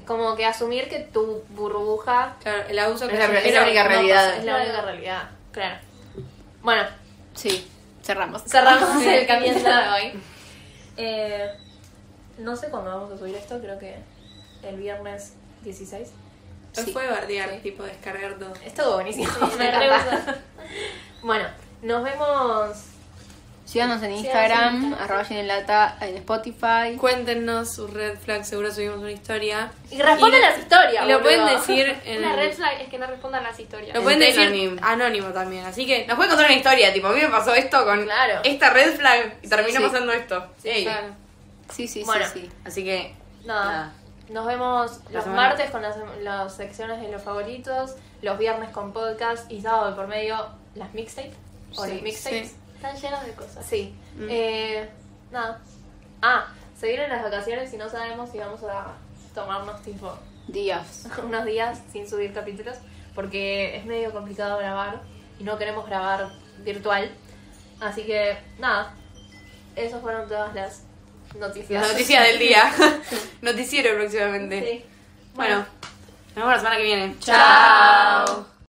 Como que asumir que tu burbuja pues,
Claro, el abuso
Es
que se
la- es la
genera
única
no pasa.
realidad.
es la única realidad. Claro. Bueno,
Sí. Cerramos.
cerramos el camino de hoy. Eh, no sé cuándo vamos a subir esto, creo que el viernes 16.
Hoy
Sí.
fue bardear,
Sí.
tipo, descargar todo.
Estuvo buenísimo.
me
me
re
encanta. Bueno, nos vemos
Síganos en
en
Instagram,
Instagram,
arroba llenelata, en Spotify.
Cuéntenos su red flag, seguro subimos una historia.
Y responden
Y-
las historias.
y lo
boludo.
pueden decir en-
Una red flag es que no respondan las historias.
Lo pueden decir
Telegram.
anónimo también, así que
Eh, Nos puede contar una historia, tipo, a mí me pasó esto con
Claro.
esta red flag y terminó
Sí.
pasando esto. Ey.
Claro.
Sí, sí,
Bueno.
sí, sí.
Así que,
Nada.
nada.
Nos vemos los
semana-
martes con las, las secciones de los favoritos, los viernes con podcast y sábado de por medio las mixtapes. O
Sí,
los mixtapes.
sí.
Están llenos de cosas.
Sí. Eh, nada. Ah, se vienen las vacaciones y no sabemos si vamos a tomarnos tipo
Días.
unos días sin subir capítulos porque es medio complicado grabar y no queremos grabar virtual. Así que nada, esas fueron todas las noticias.
La noticia del día. Noticiero próximamente.
Sí.
Bueno, nos vemos la semana que viene.
Chao.